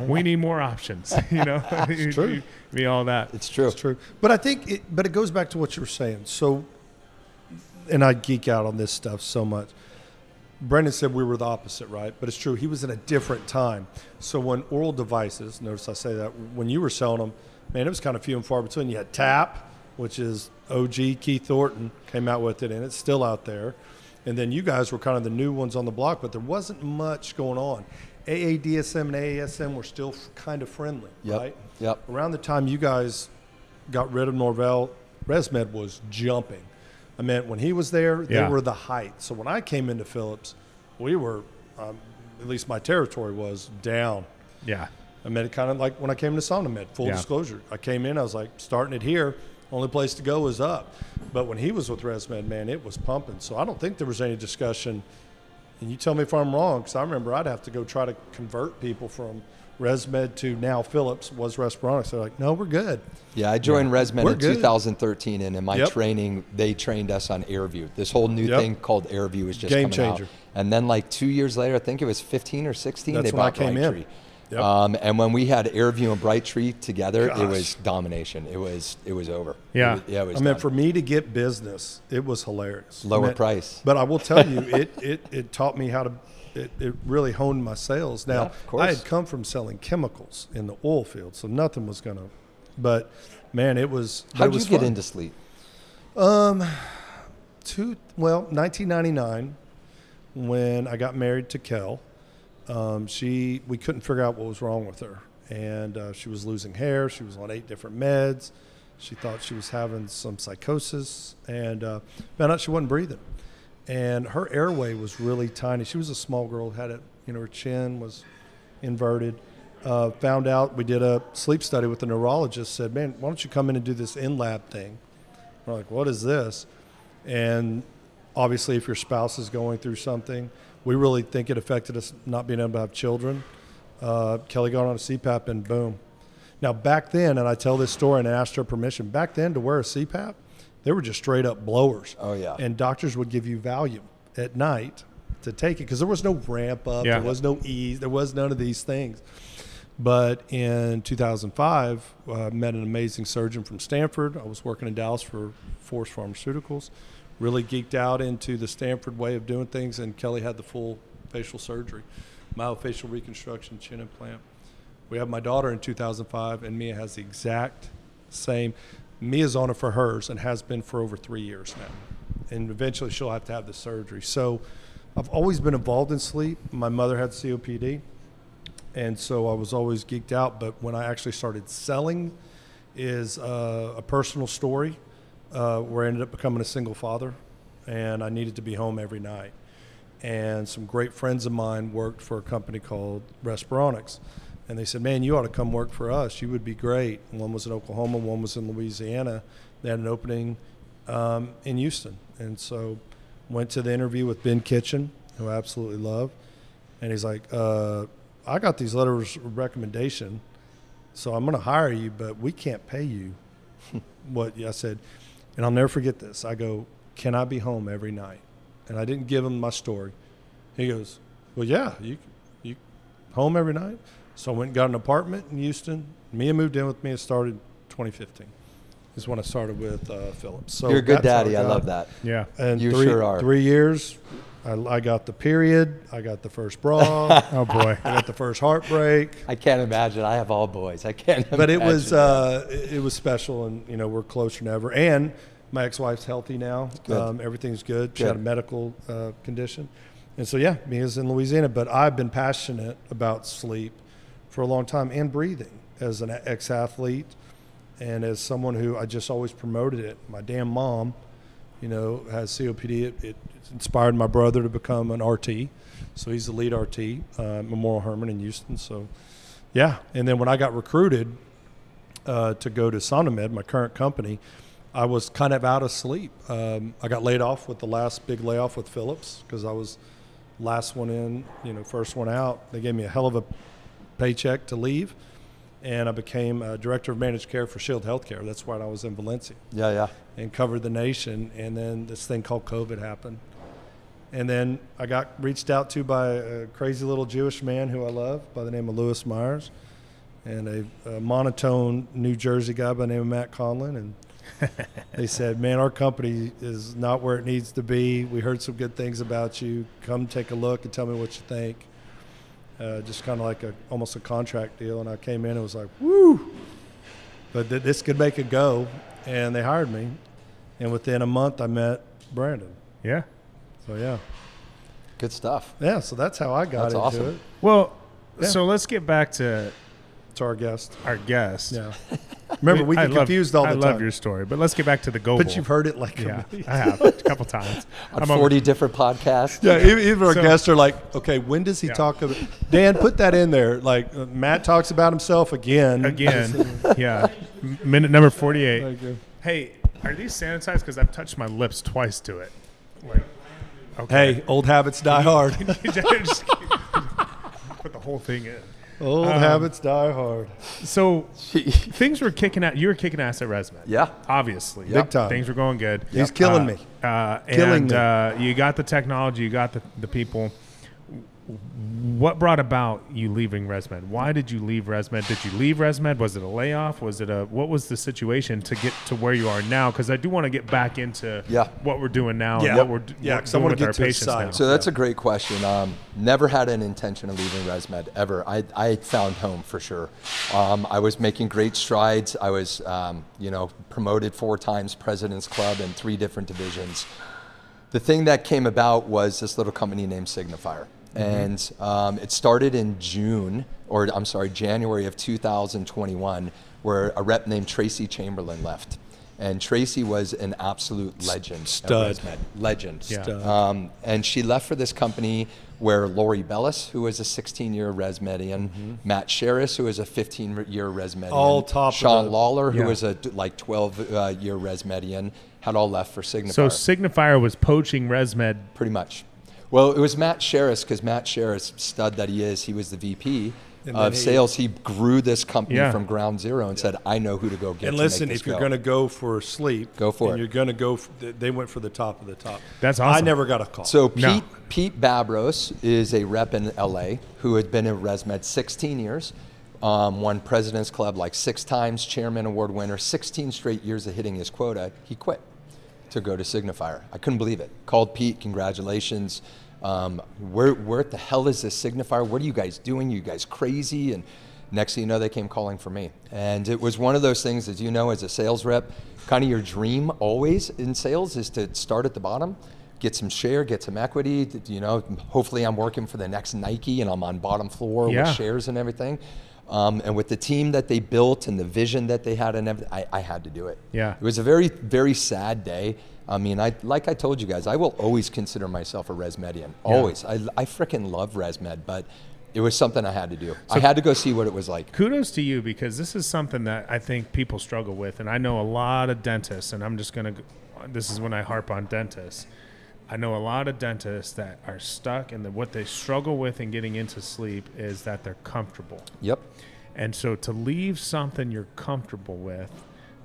we need more options. You know, it's
true.
Be all that.
It's true.
It's true. But I think it but it goes back to what you were saying. So and I geek out on this stuff so much. Brendan said we were the opposite, right? But it's true. He was in a different time. So when oral devices, notice I say that when you were selling them, man, it was kind of few and far between. You had Tap, which is OG Keith Thornton came out with it, and it's still out there. And then you guys were kind of the new ones on the block, but there wasn't much going on. AADSM and AASM were still f- kind of friendly,
Yep,
right?
yep.
Around the time you guys got rid of Norvell, ResMed was jumping. I I meant when he was there, they
Yeah.
were the height. So when I came into Phillips, we were, um, at least my territory was down.
Yeah.
I mean, kind of like when I came to Sonomet, full
Yeah.
disclosure. I came in, I was like, starting it here, only place to go is up. But when he was with ResMed, man, it was pumping. So I don't think there was any discussion. And you tell me if I'm wrong, because I remember I'd have to go try to convert people from ResMed to now Phillips was Respironics. They're like, no, we're good.
Yeah, I joined ResMed
We're
in
good.
2013, and in my
Yep.
training, they trained us on AirView. This whole new
Yep.
thing called AirView is just
Game
coming out.
changer.
And then, like two years later, I think it was 15 or 16,
That's
they
when I
bought
came in.
Brightree.
Yep.
Um, and when we had AirView and Brightree together, it
Gosh.
was domination. It was it was over.
Yeah.
it was, yeah, it was
I mean,
done.
for me to get business, it was hilarious.
Lower
I mean,
price.
But I will tell you, it, it, it taught me how to, it, it really honed my sales. Now,
of course.
I had come from selling chemicals in the oil field, so nothing was going to, but man, it was. but it
How did you
was
get
fun.
into sleep?
Two, well, 1999, when I got married to Kel, um, she we couldn't figure out what was wrong with her, and uh, she was losing hair. She was on eight different meds. She thought she was having some psychosis, and uh, found out she wasn't breathing. And her airway was really tiny. She was a small girl, had it, you know, her chin was inverted. Uh, found out we did a sleep study with a neurologist. Said, "Man, why don't you come in and do this in lab thing?" We're like, what is this? And obviously, if your spouse is going through something, we really think it affected us not being able to have children. Uh, Kelly got on a CPAP and boom. Now, back then, and I tell this story and I asked her permission, back then to wear a CPAP, they were just straight up blowers.
Oh, yeah.
And doctors would give you Valium at night to take it because there was no ramp up,
Yeah.
there was no ease, there was none of these things. But in 2005, uh, met an amazing surgeon from Stanford. I was working in Dallas for Force Pharmaceuticals. Really geeked out into the Stanford way of doing things, and Kelly had the full facial surgery, myofacial reconstruction, chin implant. We had my daughter in 2005, and Mia has the exact same. Mia's on it for hers and has been for over three years now. And eventually she'll have to have the surgery. So I've always been involved in sleep. My mother had COPD and so I was always geeked out. But when I actually started selling, is uh, a personal story uh, where I ended up becoming a single father, and I needed to be home every night. And some great friends of mine worked for a company called Respironics, and they said, "Man, you ought to come work for us. You would be great." And one was in Oklahoma, one was in Louisiana. They had an opening um, in Houston, and so went to the interview with Ben Kitchen, who I absolutely love. And he's like, uh, I got these letters of recommendation, so I'm going to hire you, but we can't pay you. what I said, and I'll never forget this. I go, Can I be home every night? And I didn't give him my story. He goes, Well, yeah, you, you home every night. So I went and got an apartment in Houston. Mia moved in with me and started 2015 is when I started with uh, Phillips. So
You're a good
that's how
daddy. I
got-
love that.
Yeah.
and
You
three,
sure are.
three years, I, I got the period. I got the first bra.
Oh boy.
I got the first heartbreak.
I can't imagine. I have all boys. I can't.
But it was
imagine.
uh, it it was special, and you know we're closer than ever. And my ex-wife's healthy now.
Good.
Um, everything's good. She had a
Good.
medical uh, condition, and so yeah, Mia's in Louisiana. But I've been passionate about sleep for a long time and breathing as an ex-athlete and as someone who I just always promoted it. My damn mom, you know, has COPD. It, it inspired my brother to become an RT, so he's the lead RT, uh, Memorial Herman in Houston. So, yeah. And then when I got recruited uh, to go to Sonomed, my current company, I was kind of out of sleep. Um, I got laid off with the last big layoff with Phillips because I was last one in, you know, first one out. They gave me a hell of a paycheck to leave, and I became uh, director of managed care for Shield Healthcare. That's why I was in Valencia
Yeah, yeah.
and covered the nation. And then this thing called COVID happened. And then I got reached out to by a crazy little Jewish man who I love by the name of Lewis Myers and a, a monotone New Jersey guy by the name of Matt Conlin. And they said, Man, our company is not where it needs to be. We heard some good things about you. Come take a look and tell me what you think. Uh, just kind of like a almost a contract deal. And I came in and was like, Woo! But th- this could make a go. And they hired me. And within a month, I met Brandon.
Yeah.
So, yeah.
Good stuff.
Yeah, so that's how I got
That's
into
awesome.
it.
Well,
Yeah.
so let's get back to
It's our guest.
our guest.
Yeah. Remember, we
I
get
love-
confused all the
I
time.
love your story, but let's get back to the goal.
but you've heard it like a
Yeah,
million-
I have a couple times.
on
I'm a-
40 different podcasts.
Yeah, even, even our
So-
guests are like, okay, when does he
Yeah.
talk about? Dan, put that in there. Like uh, Matt talks about himself again.
again. yeah, M- minute number forty-eight.
Thank you.
Hey, are these sanitized? Because I've touched my lips twice to it. Like, okay.
Hey, old habits die hard.
Just put the whole thing in.
old habits die hard.
So things were kicking out. You were kicking ass at ResMed.
Yeah.
obviously,
Big
time.
Things were going good.
He's killing me.
Uh,
Killing
and,
me.
Uh, you got the technology. You got the, the people. What brought about you leaving ResMed? Why did you leave ResMed? Did you leave ResMed? Was it a layoff? Was it a what was the situation to get to where you are now? Because I do want to get back into
Yeah.
what we're doing now
Yeah.
and what we're d-
Yeah,
what
'cause I
doing
wanna
with
get
our
to
patients
exciting.
now.
So that's a great question. Um, never had an intention of leaving ResMed ever. I, I found home for sure. Um, I was making great strides. I was, um, you know, promoted four times President's Club in three different divisions. The thing that came about was this little company named Signifier. And um, it started in June, or I'm sorry, January of 2021, where a rep named Tracy Chamberlain left. And Tracy was an absolute legend. at
stud.
ResMed. Legend.
Yeah. Stud.
Um, and she left for this company where Lori Bellis, who is a 16-year ResMedian, Matt Sherris, who is a 15-year ResMedian,
Mm-hmm. All top of
Sean
the-
Lawler, who
Yeah.
is a like uh, 12-year ResMedian, had all left for Signifier
So Signifier was poaching ResMed.
pretty much. Well, it was Matt Sherris because Matt Sherris, stud that he is, he was the VP of sales. He grew this company
Yeah.
from ground zero and said, "I know who to go get."
And
to make
listen,
this
if you're
go."
going to go for sleep,
Go for
and
it.
You're going to go. For, they- they went for the top of the top.
That's
I
awesome.
never got a call.
So Pete
No.
Pete Babros is a rep in LA who had been in ResMed 16 years, um, won President's Club like six times, Chairman Award winner, 16 straight years of hitting his quota. He quit to go to Signifier. I couldn't believe it. Called Pete, congratulations. Um, where where the hell is this Signifier? What are you guys doing? you guys crazy? And next thing you know, they came calling for me. And it was one of those things, as you know, as a sales rep, kind of your dream always in sales is to start at the bottom get some share, get some equity. d- You know, hopefully I'm working for the next Nike and I'm on bottom floor
Yeah.
with shares and everything. Um, and with the team that they built and the vision that they had and everything, I, I had to do it.
Yeah.
It was a very, very sad day. I mean, I like I told you guys, I will always consider myself a ResMedian. Always. I, I freaking love ResMed, but it was something I had to do. I had to go see what it was like.
Kudos to you because this is something that I think people struggle with, and I know a lot of dentists, and I'm just gonna. go- This is when I harp on dentists. I know a lot of dentists that are stuck, and that what they struggle with in getting into sleep is that they're comfortable.
Yep.
And so to leave something you're comfortable with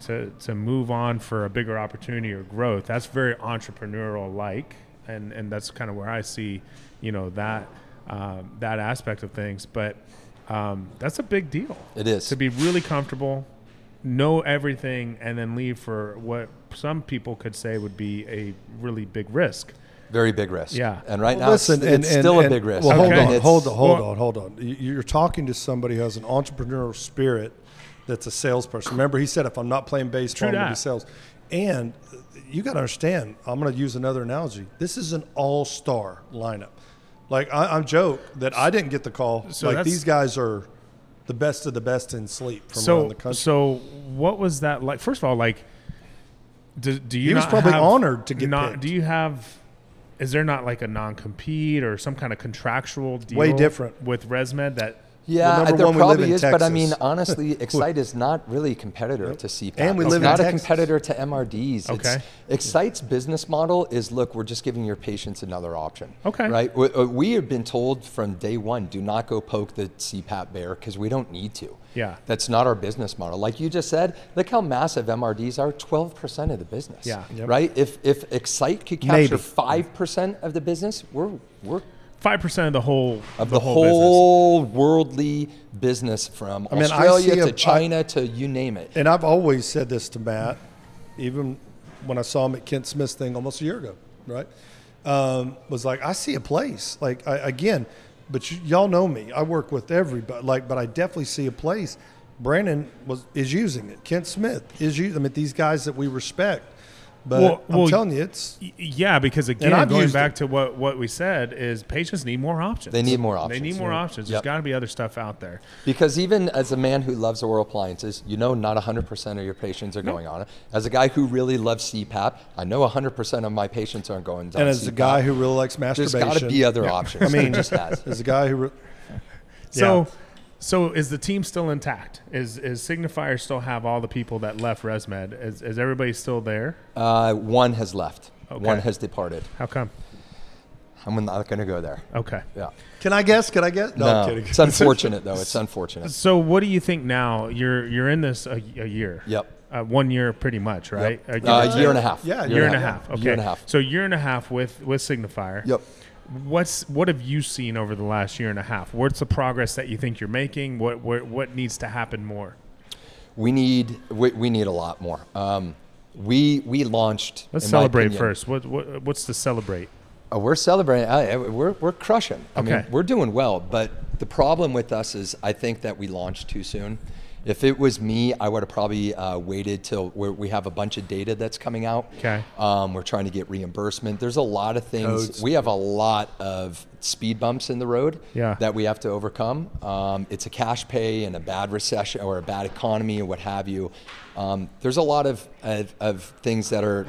to to move on for a bigger opportunity or growth, that's very entrepreneurial like and and that's kind of where I see, you know, that um, that aspect of things, but um, that's a big deal.
It is.
To be really comfortable, know everything and then leave for what some people could say would be a really big risk.
Very big risk.
Yeah.
And right
Well,
now, it's- it's, still a big risk.
Well, hold
Okay.
on,
It's-
hold on, hold
Well-
on, hold on. You- You're talking to somebody who has an entrepreneurial spirit that's a salesperson. Remember, he said, if I'm not playing baseball, I'm going to be
that.
sales. And uh, you got to understand, I'm going to use another analogy. This is an all star lineup. Like, I, I'm joke that I didn't get the call.
So
like,
that's-
these guys are the best of the best in sleep from around
So
the country.
so what was that like? First of all, like do, do you
He was
not
probably
have
honored to get
not,
picked.
Do you have? Is there not like a non-compete or some kind of contractual deal?
Way different.
with ResMed that.
Yeah,
Well, number
there
one, we live
probably
in
is, but I mean,
Texas.
honestly, Excite is not really a competitor to CPAP.
And we
it's
live in
not a
Texas.
competitor to MRDs.
Okay.
It's, Excite's business model is look, we're just giving your patients another option.
Okay.
Right? We, uh, we have been told from day one do not go poke the CPAP bear because we don't need to.
Yeah.
That's not our business model. Like you just said, look how massive MRDs are 12% of the business.
Yeah. Yep.
Right? If, if Excite could capture
Maybe.
5% of the business, we're, we're
Five percent of the whole
of the,
whole, business.
whole worldly business from
mean, I
Australia
see a-
to China to you name it.
And I've always said this to Matt, even when I saw him at Kent Smith's thing almost a year ago, right? Um, was like, I see a place. Like, I, again, but y- y'all know me. I work with everybody. Like, but I definitely see a place. Brandon was is using it. Kent Smith is using. I mean, these guys that we respect. But
Well- well,
I'm telling you, it's
Y- Yeah, because again,
I've
going
used
back to what, what we said is patients need more options.
They need more
They need
options,
more
yeah.
options.
Yep.
There's got to be other stuff out there.
Because even as a man who loves oral appliances, you know not 100% of your patients are going on it. As a guy who really loves CPAP, I know 100% of my patients aren't going on
and as a
CPAP.
guy who really likes
there's
masturbation,
got to be other options.
I mean,
There just has.
as a guy who re-
So, so is the team still intact? Is is Signifier still have all the people that left ResMed? Is, is everybody still there?
Uh, one has left. One
Okay.
has departed.
How come?
I'm not going to go there.
Okay.
Yeah.
can I guess? Can I guess? No, I'm
No,
kidding.
It's unfortunate, though. It's unfortunate.
So what do you think now? You're you're in this a, a year.
Yep.
Uh, one year, pretty much, right?
Yep.
give or
Uh,
take.
a year and a half.
Yeah,
year, and a half. Okay.
Year and a half.
So year and a half with with Signifier.
Yep.
What's what have you seen over the last year and a half? What's the progress that you think you're making? What what, what needs to happen more?
We need we, we need a lot more. Um, we we launched.
Let's
in my
celebrate
opinion-
first. What, what what's to celebrate?
Oh, we're celebrating. I, I- we're, we're crushing. I mean,
Okay.
we're doing well. But the problem with us is I think that we launched too soon. If it was me, I would have probably uh, waited till we're, we have a bunch of data that's coming out.
Okay.
Um, we're trying to get reimbursement. There's a lot of things.
Codes.
We have a lot of speed bumps in the road
Yeah.
that we have to overcome. Um, it's a cash pay and a bad recession or a bad economy or what have you. Um, there's a lot of, of, of things that are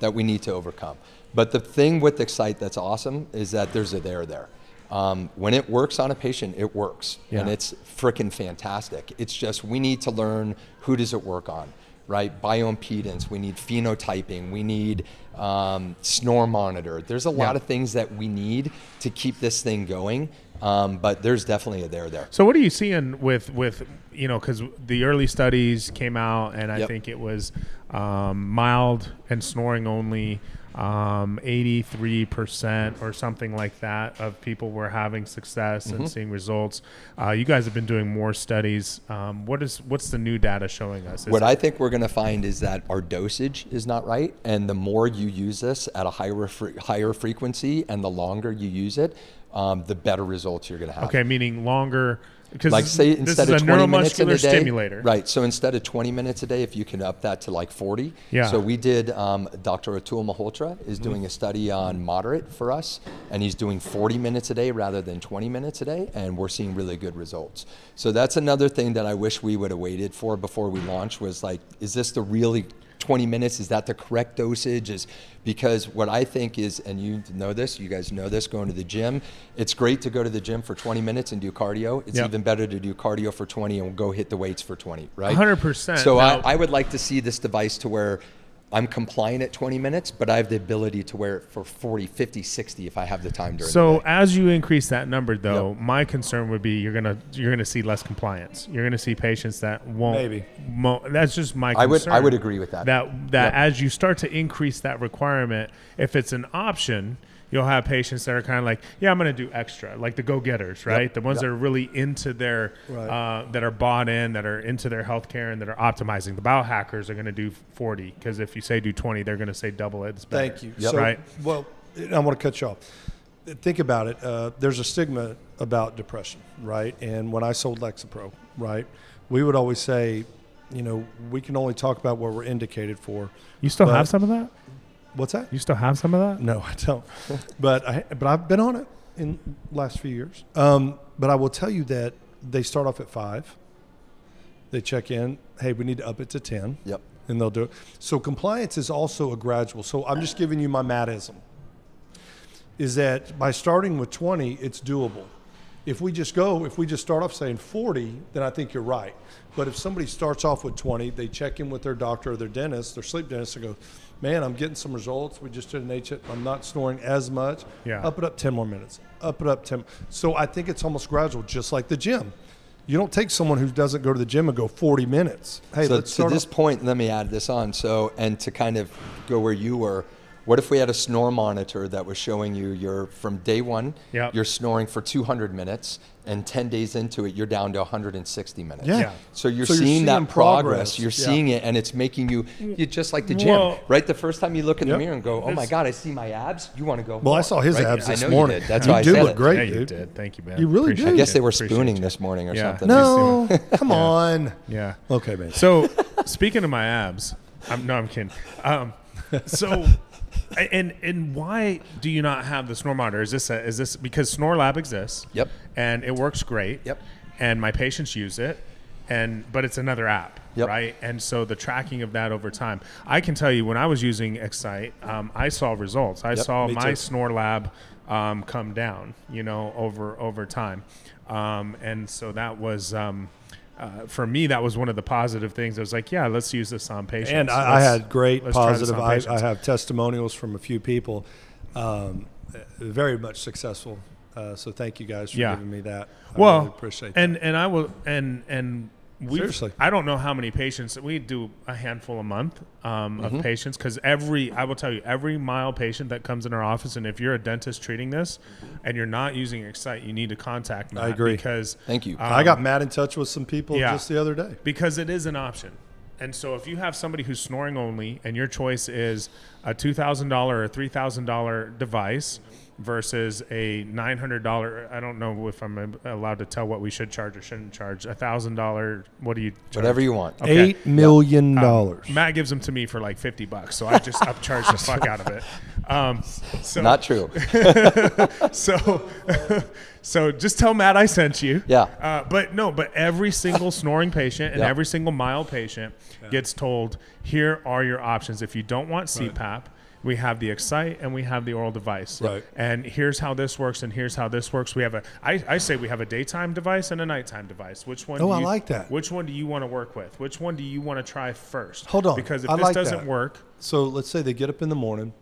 that we need to overcome. But the thing with Excite that's awesome is that there's a there there. Um, when it works on a patient, it works, and
Yeah.
it's freaking fantastic. It's just we need to learn who does it work on, right? Bioimpedance. We need phenotyping. We need um, snore monitor. There's a lot
Yeah.
of things that we need to keep this thing going. Um, but there's definitely a there there.
So what are you seeing with with you know because the early studies came out and I
Yep.
think it was um, mild and snoring only. Um, 83% or something like that of people were having success
Mm-hmm.
and seeing results. Uh, you guys have been doing more studies. Um, what is what's the new data showing us? Is
What I think we're going to find is that our dosage is not right, and the more you use this at a higher fre- higher frequency and the longer you use it, um, the better results you're going to have.
Okay, meaning longer. Because
Like say
this
instead
is
of
a
20 minutes in a
neuromuscular
day,
stimulator.
right? So instead of 20 minutes a day, if you can up that to like 40.
Yeah.
So we did. Um, Dr. Atul Malhotra is doing
Mm-hmm.
a study on moderate for us, and he's doing 40 minutes a day rather than 20 minutes a day, and we're seeing really good results. So that's another thing that I wish we would have waited for before we launched was like, is this the really 20 minutes? Is that the correct dosage? Is because what I think is, and you know this, you guys know this, going to the gym, it's great to go to the gym for 20 minutes and do cardio. It's
Yeah.
even better to do cardio for 20 and go hit the weights for 20, right?
100%.
So
Now-
I, I would like to see this device to where I'm compliant at 20 minutes, but I have the ability to wear it for 40, 50, 60 if I have the time during
So
the day.
as you increase that number, though, my concern would be you're gonna you're gonna see less compliance. You're gonna see patients that won't.
Maybe.
Mo- that's just my.
I would-
Concern.
I would agree with that.
That that as you start to increase that requirement, if it's an option. You'll have patients that are kind of like, yeah, I'm going to do extra, like the go-getters, right? The ones that are really into their,
Right.
uh, that are bought in, that are into their healthcare, and that are optimizing. The biohackers are going to do 40 because if you say do 20, they're going to say double it. It's better.
Thank you.
Yep.
So,
Right.
Well, I want to cut you off. Think about it. Uh, there's a stigma about depression, right? And when I sold Lexapro, right, we would always say, you know, we can only talk about what we're indicated for.
You still
But-
have some of that?
What's that?
You still have some of that?
No, I don't. but I but I've been on it in the last few years. Um, but I will tell you that they start off at five. They check in. Hey, we need to up it to ten.
Yep.
And they'll do it. So compliance is also a gradual. So I'm just giving you my matism. Is that by starting with 20, it's doable. If we just go, if we just start off saying 40, then I think you're right. But if somebody starts off with 20, they check in with their doctor or their dentist, their sleep dentist, and go, man, I'm getting some results. We just did an HIT. I'm not snoring as much.
Yeah.
Up it up 10 more minutes. Up it up 10. So I think it's almost gradual, just like the gym. You don't take someone who doesn't go to the gym and go 40 minutes. Hey,
so
let's
to
start
this
off-
point, let me add this on. So, and to kind of go where you were, what if we had a snore monitor that was showing you you're from day one,
Yep.
you're snoring for 200 minutes, and 10 days into it, you're down to 160 minutes.
Yeah. Yeah.
So you're
So you're
seeing
seeing
that progress.
progress.
You're
Yeah.
seeing it, and it's making you, you just like the gym,
Well-
right? The first time you look in
Yep.
the mirror and go, oh my
That's-
God, I see my abs. You want to go.
Well, I
home,
saw his
right?
abs
I
this
know
morning.
You did. That's
you
why
do
I said
look
it.
great,
Yeah,
dude.
you did. Thank you, man.
You really
Appreciate
did.
I
you.
guess they were
Appreciate
spooning
you.
this morning or
Yeah.
something.
No, come on.
Yeah.
Okay, man.
So speaking of my abs, I'm no, I'm kidding. Um, so a- and and why do you not have the snore monitor is this a, is this because snore lab exists
Yep.
and it works great
Yep.
and my patients use it and but it's another app
Yep.
right and so the tracking of that over time i can tell you when i was using excite um, i saw results i saw
me
my
too.
snore lab um, come down you know over over time um, and so that was um, uh, for me, that was one of the positive things. I was like, "Yeah, let's use this on patients."
And I, I
Let's-
had great
let's try this
positive.
on
I, I
patients.
have testimonials from a few people. Um, uh, very much successful. Uh, so thank you guys for
Yeah.
giving me that. I
well
really appreciate that.
and and i will and and we
Seriously.
i don't know how many patients we do a handful a month um,
Mm-hmm.
of patients because every i will tell you every mild patient that comes in our office and if you're a dentist treating this and you're not using excite you need to contact me
agree.
because um,
Thank you.
I got mad in touch with some people
yeah.
just the other day.
because it is an option. And so if you have somebody who's snoring only and your choice is a $2,000 or $3,000 device versus a $900 I don't know if I'm allowed to tell what we should charge or shouldn't charge. A $1,000 what do you charge?
Whatever you want.
Okay. Um,
Eight million dollars.
Matt gives them to me for like 50 bucks, so I just upcharge the fuck out of it. Um, so
Not true.
so so just tell Matt I sent you.
Yeah.
Uh, but no, but every single snoring patient and
Yeah.
every single mild patient gets told here are your options. If you don't want CPAP, we have the Excite and we have the oral device.
Right.
And here's how this works and here's how this works. We have a I, I say we have a daytime device and a nighttime device. Which one
Oh,
do
I
you-
like that.
Which one do you want to work with? Which one do you want to try first?
Hold on.
Because if
I
this
like
doesn't
that.
work,
So let's say they get up in the morning,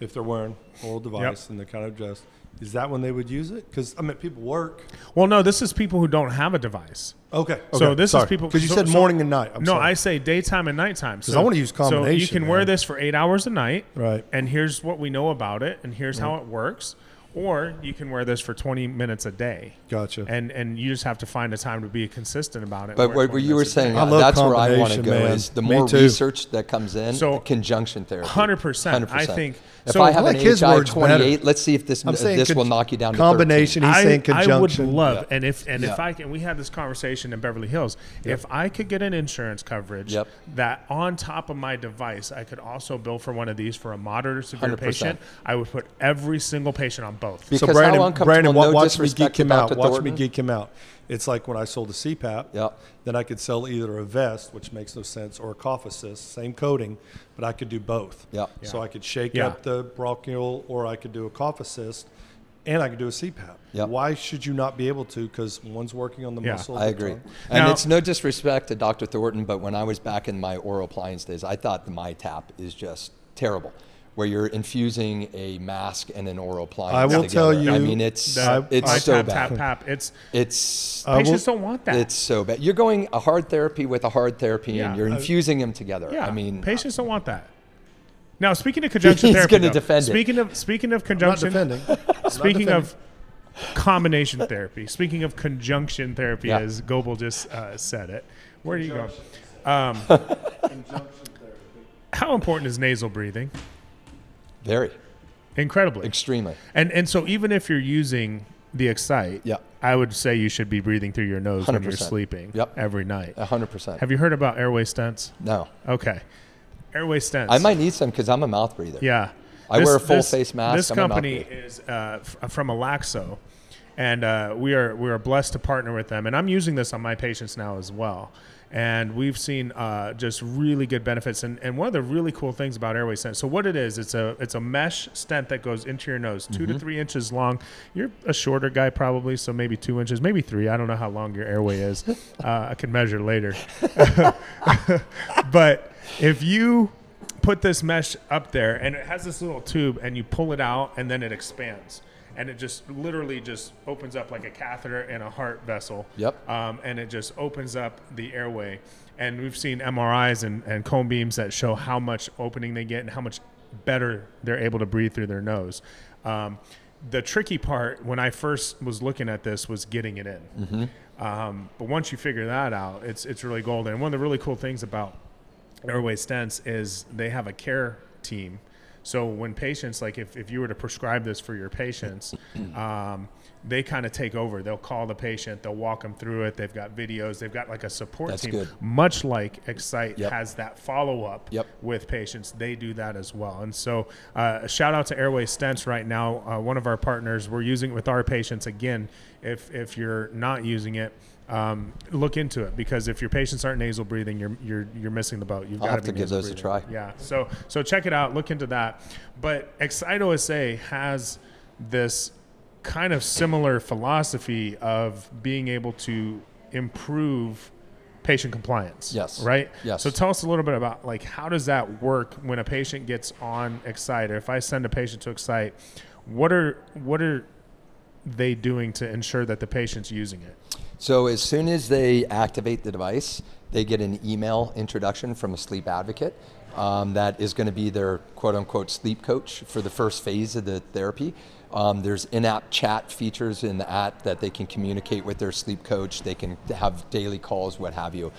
if they're wearing oral device and they're kind of dressed. Is that when they would use it? Because I mean, people work.
well no, this is people who don't have a device.
Okay.
So this is people
Because you
so-
said
so-
morning and night. I'm
no,
sorry.
I say daytime and nighttime. So
I wanna use
So you
combination,
can wear
man.
this for eight hours a night,
Right. Mm-hmm.
And here's what we know about it, and here's how it works. Or you can wear this for 20 minutes a day.
Gotcha.
And and you just have to find a time to be consistent about it.
But
Wear
what
20
you were
minutes a day.
saying, uh,
I love
that's where I want to
combination,
go
man.
is the
Me
more
too.
research that comes in,
So,
conjunction therapy.
100%, I
100%.
think-
If
so-
I have
I
an
like his
HI
words better.
28, let's see if this
I'm saying
this will
con-
knock you down to 13.
combination. He's saying
I would
conjunction.
love, and if and
Yeah.
if I can, we had this conversation in Beverly Hills. If I could get an insurance coverage
Yep.
that on top of my device, I could also bill for one of these for a moderate or severe
100%.
patient, I would put every single patient on both.
Because
so Brandon,
how uncomfortable,
Brandon, wa-
no
watch me
disrespect
geek
to
him out.
Dr.
Watch me
Thornton.
geek him out. It's like when I sold a CPAP.
Yep.
Then I could sell either a vest, which makes no sense, or a cough assist, same coding, but I could do both.
Yep.
So I could shake
Yeah.
up the bronchial, or I could do a cough assist, and I could do a CPAP.
Yep.
Why should you not be able to? Because one's working on the
Yeah.
muscle.
I
the
agree.
tongue.
And
Now-
it's no disrespect to Dr. Thornton, but when I was back in my oral appliance days, I thought the MyTap is just terrible, where you're infusing a mask and an oral appliance.
I will
together.
tell
I
you
mean, it's
that
it's
I
so
tap,
bad.
tap, Uh, tap. It's
It's
will-
patients don't want that.
it's so bad. You're going a hard therapy with a hard therapy,
Yeah. Uh,
and you're infusing them together.
yeah,
I mean,
patients don't want that. Now, speaking of conjunction
He's
therapy,
gonna
though,
defend it.
speaking of speaking of
I'm not
conjunction,
defending. I'm not
speaking
defending.
of combination therapy, speaking of conjunction therapy,
Yeah.
as Goebel just uh, said it, where do you go? Um, how important is nasal breathing?
very
Incredibly.
extremely.
And and so even if you're using the Excite,
Yeah.
I would say you should be breathing through your nose when you're
100%.
sleeping
Yep.
every night.
A hundred percent.
Have you heard about airway stents?
No,
Okay. Airway stents.
I might need some because I'm a mouth breather.
Yeah.
I wear a full face mask.
This
I'm a mouth
company
breather.
is uh, f- from Alaxo, and uh, we are we are blessed to partner with them. And I'm using this on my patients now as well. And we've seen uh, just really good benefits. And, and one of the really cool things about airway stent. So what it is, it's a it's a mesh stent that goes into your nose, 2
Mm-hmm.
to three inches long. You're a shorter guy probably, so maybe two inches, maybe three. I don't know how long your airway is. uh, I can measure later. but if you put this mesh up there and it has this little tube and you pull it out and then it expands and it just literally just opens up like a catheter in a heart vessel
Yep.
um, and it just opens up the airway and we've seen mris and, and cone beams that show how much opening they get and how much better they're able to breathe through their nose um, the tricky part when i first was looking at this was getting it in um, but once you figure that out, it's it's really golden. And one of the really cool things about airway stents is they have a care team. So when patients, like if, if you were to prescribe this for your patients, um, they kind of take over. They'll call the patient, they'll walk them through it. They've got videos, they've got like a support
That's
team,
good.
much like Excite
Yep.
has that follow up
Yep.
with patients. They do that as well. And so, uh, shout out to Airway Stents right now, uh, one of our partners. We're using it with our patients again. If if you're not using it. Um, look into it because if your patients aren't nasal breathing, you're you're you're missing the boat. You've
I'll
got
have to
be
give
nasal
those a
breathing.
try.
Yeah. So so check it out. Look into that. But Excite OSA has this kind of similar philosophy of being able to improve patient compliance.
Yes.
Right.
Yes.
So tell us a little bit about like how does that work when a patient gets on Excite, or if I send a patient to Excite, what are what are they doing to ensure that the patient's using it?
So as soon as they activate the device, they get an email introduction from a sleep advocate um, that is going to be their quote unquote sleep coach for the first phase of the therapy. Um, there's in-app chat features in the app that they can communicate with their sleep coach. They can have daily calls, what have you.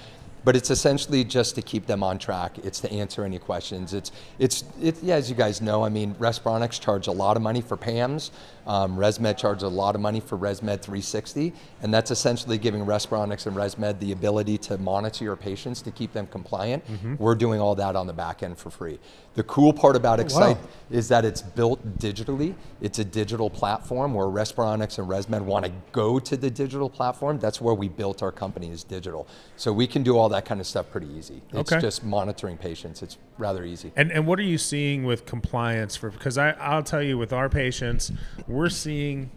But it's essentially just to keep them on track. It's to answer any questions. It's it's it's yeah, as you guys know, I mean, Respironics charge a lot of money for PAMS. Um, ResMed charges a lot of money for ResMed 360, and that's essentially giving Respironics and ResMed the ability to monitor your patients to keep them compliant.
Mm-hmm.
We're doing all that on the back end for free. The cool part about
Oh,
Excite is that it's built digitally. It's a digital platform where Respironics and ResMed want to go to the digital platform. That's where we built our company is digital. So we can do all that kind of stuff pretty easy. It's
Okay.
just monitoring patients. It's rather easy.
And and what are you seeing with compliance for? Because I I'll tell you with our patients, we're seeing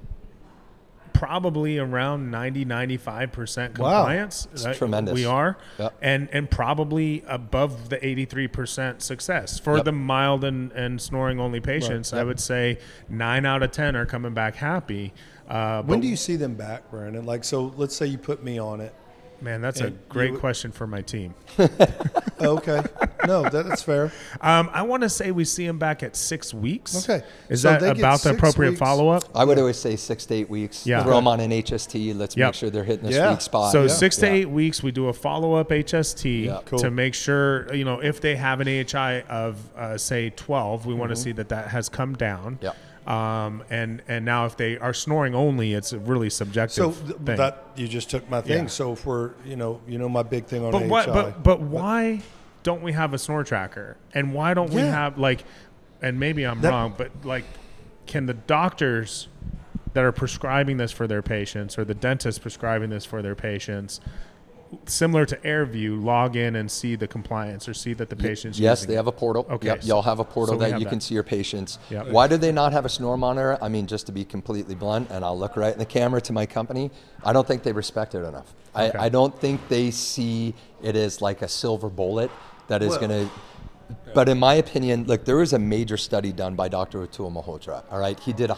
probably around 90 95% compliance it's
tremendous.
we are
Yep.
and and probably above the 83% success for
Yep.
the mild and, and snoring only patients i would say 9 out of 10 are coming back happy uh,
When do you see them back, Brandon? Like, so let's say you put me on it.
but, man that's a
and
great
you-
question for my team
Oh, Okay. no, that, that's fair.
um, i want to say we see them back at six weeks
Okay.
is
So
that
they get
about the
six
appropriate
weeks.
follow-up
I would always say six to eight weeks.
Yeah.
Throw them on an HST. Let's
Yep.
make sure they're hitting the
Yeah.
sweet spot.
So
Yeah.
six to
Yeah.
eight weeks, we do a follow up HST
Yeah.
Cool.
to make sure you know if they have an AHI of uh, say twelve, we want to see that that has come down.
Mm-hmm. Yeah.
Um, and and now if they are snoring only, it's a really subjective
So th-
thing.
that you just took my thing.
Yeah.
So if we're, you know, you know, my big thing on
but what?
HI.
But but why don't we have a snore tracker? And why don't we
Yeah.
have like? And maybe I'm
That-
wrong, but like, can the doctors that are prescribing this for their patients, or the dentist prescribing this for their patients? Similar to AirView, log in and see the compliance or see that the patient's
Yes,
using
they
it.
have a portal.
Okay,
Yep,
so-
y'all have a portal
so we
that
have
you
that.
can see your patients.
Yep.
Why do they not have a snore monitor? I mean, just to be completely blunt, and I'll look right in the camera to my company, I don't think they respect it enough.
Okay.
I, I don't think they see it as like a silver bullet that is going to. But in my opinion, look, there was a major study done by Dr. Atul Malhotra. All right, he did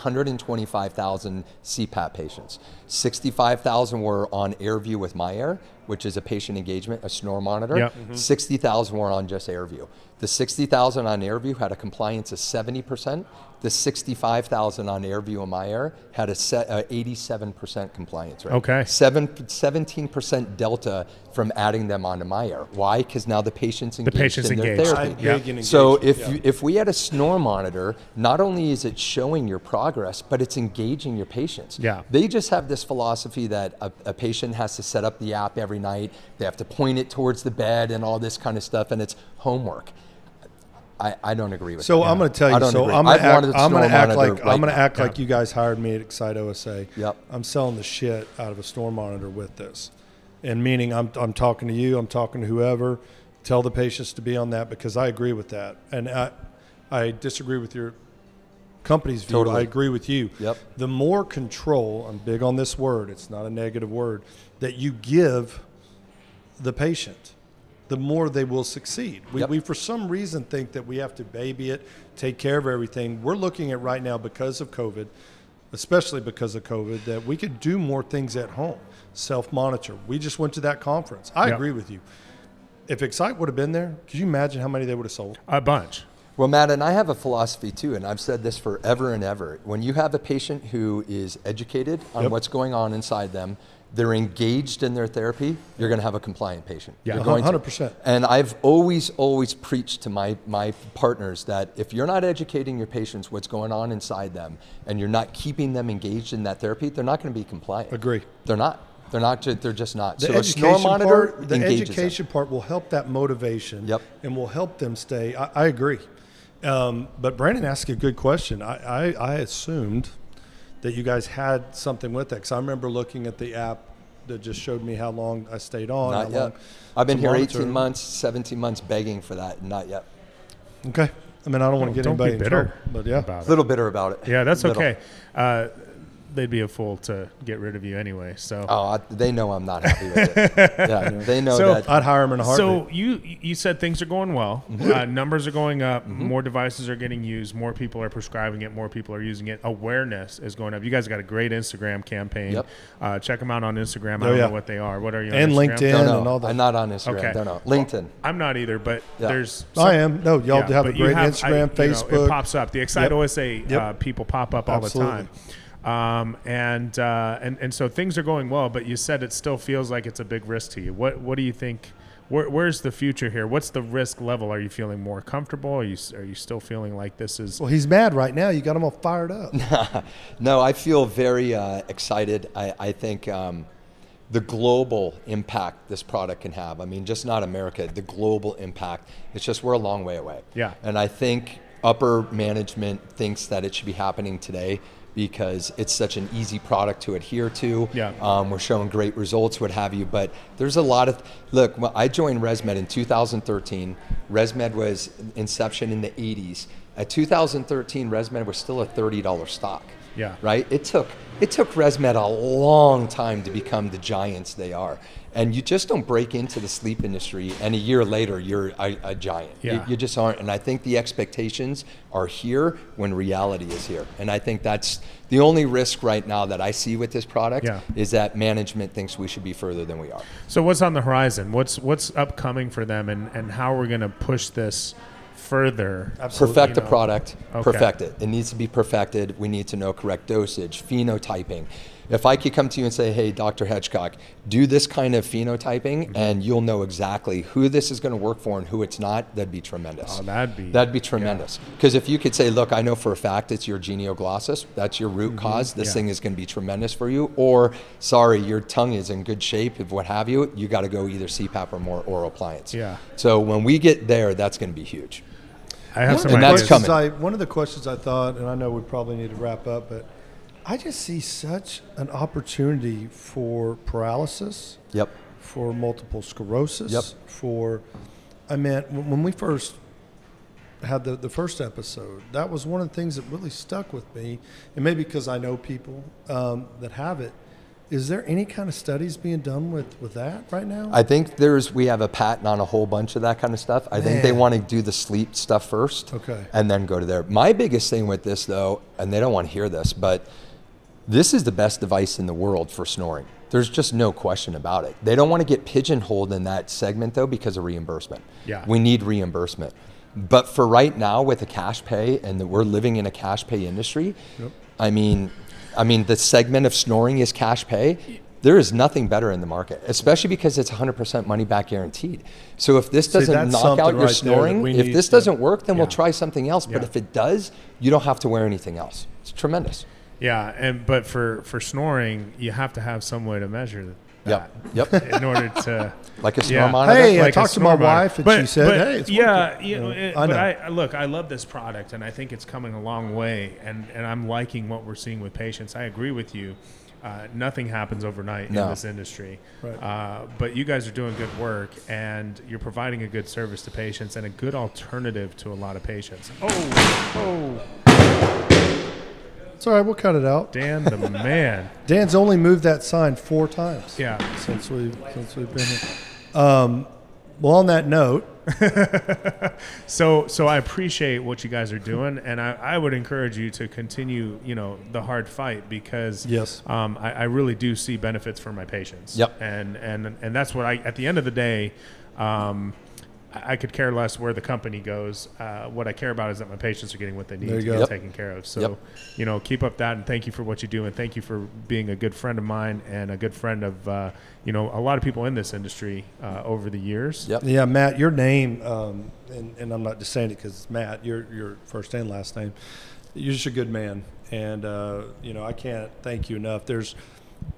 125,000 CPAP patients. 65,000 were on AirView with MyAir, which is a patient engagement, a snore monitor.
Yep. Mhm.
60,000 were on just AirView. The 60,000 on AirView had a compliance of 70%. The 65,000 on AirView and MyAir had a set, uh, 87% compliance rate.
Okay.
Seven, 17% delta from adding them onto MyAir. Why? Because now the patient's engaged
patient's
in
engaged.
I'm
their therapy.
big
Yeah.
in engagement.
So if
Yeah.
you, if we had a snore monitor, not only is it showing your progress, but it's engaging your patients.
Yeah.
They just have this philosophy that a, a patient has to set up the app every night. They have to point it towards the bed and all this kind of stuff, and it's homework. I, I don't agree with
So
that.
I'm going to tell
I
you.
don't
So
agree.
I'm going
I've
to act.
wanted a
I'm going to
snore
act
monitor
like
right
I'm going
now.
to act like you guys hired me at Excite OSA.
Yep.
I'm selling the shit out of a storm monitor with this, and meaning I'm I'm talking to you. I'm talking to whoever. Tell the patients to be on that because I agree with that, and I I disagree with your company's view.
Totally.
I agree with you.
Yep.
The more control, I'm big on this word. It's not a negative word that you give the patient, the more they will succeed. We,
Yep.
we, for some reason, think that we have to baby it, take care of everything. We're looking at right now because of COVID, especially because of COVID, that we could do more things at home, self monitor. We just went to that conference. I
Yeah.
agree with you. If Excite would have been there, could you imagine how many they would have sold?
a bunch.
Well, Matt, and I have a philosophy too, and I've said this forever and ever. When you have a patient who is educated on
Yep.
what's going on inside them, they're engaged in their therapy, you're going to have a compliant patient.
Yeah,
You're
hun-
going to.
100%.
And I've always, always preached to my, my partners that if you're not educating your patients what's going on inside them and you're not keeping them engaged in that therapy, they're not going to be compliant.
Agree.
They're not. They're not. ju- They're just not.
The
so a snore
education
monitor
part, the
engages them.
education part will help that motivation.
Yep.
And will help them stay. I, I agree. Um, but Brandon asked a good question. I, I, I assumed that you guys had something with that because I remember looking at the app that just showed me how long I stayed on.
Not
how
yet.
long
I've been
to
here
monitor.
18 months, 17 months begging for that. Not yet.
Okay. I mean, I don't want to get
Don't
anybody
be
in
bitter
trouble, but yeah.
about
A little bitter about it.
Yeah, that's
Little.
okay. Uh, they'd be a fool to get rid of you anyway. So,
Oh, I, they know I'm not happy with it. yeah, they know
So- uh,
that.
I'd hire him in a heartbeat.
so you you said things are going well.
Mm-hmm.
Uh, numbers are going up. More devices are getting used. More people are prescribing it. More people are using it. Awareness is going up. You guys got a great Instagram campaign.
Yep.
Uh, check them out on Instagram. I
Oh,
don't
yeah.
know what they are. What are you on
and
Instagram?
LinkedIn
no, no,
and all that.
I'm not on Instagram.
Okay.
No, no. LinkedIn.
I'm not either, but
Yeah.
there's.
I am. No, y'all
Yeah,
have a
but you
great
have- I-
Instagram,
you know,
Facebook.
it pops up. The Excite
Yep.
OSA uh,
Yep.
people pop up all
Absolutely.
the time. Um, and, uh, and and so things are going well, but you said it still feels like it's a big risk to you. What what do you think? Where, where's the future here? What's the risk level? Are you feeling more comfortable? Are you s- are you still feeling like this is?
well, he's mad right now. You got him all fired up.
No, I feel very uh, excited. I, I think um, the global impact this product can have. I mean, just not America, the global impact. It's just we're a long way away.
Yeah.
And I think upper management thinks that it should be happening today because it's such an easy product to adhere to.
Yeah.
Um, we're showing great results, what have you. But there's a lot of look. When I joined ResMed in 2013. ResMed was inception in the 80s. At 2013, ResMed was still a $30 stock.
Yeah.
Right. It took it took ResMed a long time to become the giants they are, and you just don't break into the sleep industry and a year later you're a, a giant. You-
Yeah.
You, just aren't. And I think the expectations are here when reality is here, and I think that's the only risk right now that I see with this product
Yeah.
is that management thinks we should be further than we are.
So what's on the horizon? What's what's upcoming for them, and and how we're going to push this further?
perfect the
know.
product,
Okay.
perfect it. It needs to be perfected. We need to know correct dosage, phenotyping. If I could come to you and say, hey, Dr. Hedgecock, do this kind of phenotyping
Mm-hmm.
and you'll know exactly who this is going to work for and who it's not, that'd be tremendous.
Oh, that'd be-
That'd be tremendous. Because if you could say, look, I know for a fact it's your genioglossus, that's your root cause,
Mm-hmm.
this
yeah.
thing is going to be tremendous for you. Or, sorry, your tongue is in good shape, if what have you, you got to go either CPAP or more oral appliance.
Yeah.
So when we get there, that's going to be huge.
I have some
And
ideas.
that's
questions
coming.
I, one of the questions I thought, and I know we probably need to wrap up, but I just see such an opportunity for paralysis,
Yep.
for multiple sclerosis,
Yep.
for, I mean, when when we first had the, the first episode, that was one of the things that really stuck with me, and maybe because I know people um, that have it. Is there any kind of studies being done with, with that right now?
I think there's we have a patent on a whole bunch of that kind of stuff. I think they
Man.
want to do the sleep stuff first,
Okay.
and then go to there. My biggest thing with this though, and they don't want to hear this, but this is the best device in the world for snoring. There's just no question about it. They don't want to get pigeonholed in that segment though because of reimbursement.
Yeah.
we need reimbursement. But for right now, with a cash pay, and that we're living in a cash pay industry, I mean, I mean, the segment of snoring is cash pay. There is nothing better in the market, especially because it's 100% money back guaranteed. So if this doesn't
that's
knock out
something
your
right there that
snoring,
we
if
need
this
to-
doesn't work, then we'll
Yeah.
try something else. But
Yeah.
if it does, you don't have to wear anything else. It's tremendous.
Yeah, and but for for snoring, you have to have some way to measure that.
Yep. Yep.
In order to
Like a snore monitor.
Hey, I
like a
talked to
snore
my
monitor.
wife and she said,
but,
"Hey, it's
yeah,
working."
You know,
Yeah,
it-
I
but
know.
I, I- look, I love this product, and I think it's coming a long way, and and I'm liking what we're seeing with patients. I agree with you. Uh, nothing happens overnight
No.
in this industry, uh, but you guys are doing good work, and you're providing a good service to patients and a good alternative to a lot of patients. Oh, oh,
it's all right, we'll cut it out.
Dan, the man.
Dan's only moved that sign four times.
Yeah.
since we since we've been here. Um, well, on that note,
So, so I appreciate what you guys are doing, and I, I would encourage you to continue, you know, the hard fight because
Yes.
um, I, I really do see benefits for my patients.
Yep.
and and and that's what I at the end of the day, um, I I could care less where the company goes. Uh, what I care about is that my patients are getting what they need
There
to
you
get
go. Yep.
taken care of. So,
Yep.
you know, keep up that, and thank you for what you do, and thank you for being a good friend of mine and a good friend of, uh, you know, a lot of people in this industry uh, over the years.
Yep.
Yeah, Matt, your name, um, and, and I'm not just saying it because it's Matt, your, your first and last name. You're just a good man. And, uh, you know, I can't thank you enough. There's,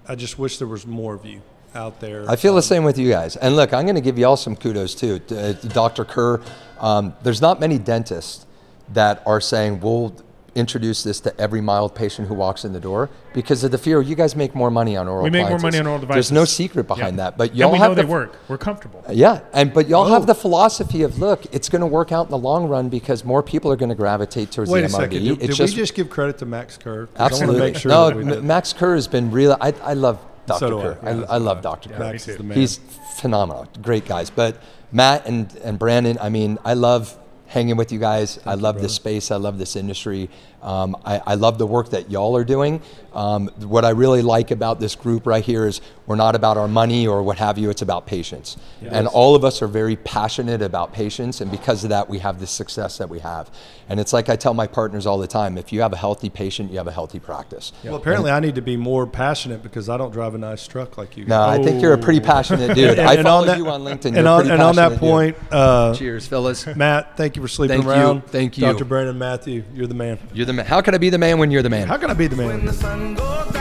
I just wish there was more of you out there.
I feel the same with you guys. And look, I'm going to give you all some kudos too, D- uh, Dr. Kerr. Um, there's not many dentists that are saying we'll introduce this to every mild patient who walks in the door because of the fear. You guys make more money on oral.
We make more
appliances.
money on oral devices.
There's no secret behind
Yeah.
that, but
And
y'all
we
have
know
the
they work. We're comfortable.
yeah, and but y'all have the philosophy of look, it's going to work out in the long run because more people are going to gravitate towards
Wait
the
a
MRD.
second. Did,
It's
did
just,
we just give credit to Max Kerr? 'Cause I
absolutely
want to make sure
no.
that we
M- Max Kerr has been real. I, I love Dr.
So do I.
Kerr. I,
Yeah,
I love Dr. Kerr.
Max is the man.
He's phenomenal. Great guys. But Matt and, and Brandon, I mean, I love hanging with you guys. I love this space. I love this industry. Um, I, I love the work that y'all are doing. Um, what I really like about this group right here is we're not about our money or what have you, it's about patients. And all of us are very passionate about patients. And because of that, we have the success that we have. And it's like I tell my partners all the time if you have a healthy patient, you have a healthy practice.
Well, apparently I need to be more passionate because I don't drive a nice truck like you.
No, I think you're a pretty passionate dude.
Oh. And-
I
and on
follow
that-
you on LinkedIn.
And,
You're a
on,
pretty
and on that
passionate dude.
point, uh,
Cheers, fellas.
Matt, thank you for sleeping
Thank you.
around.
Thank you.
Dr. Brandon Matthew, you're the man.
You're the man. How can I be the man when you're the man?
How can I be the man?
When the sun goes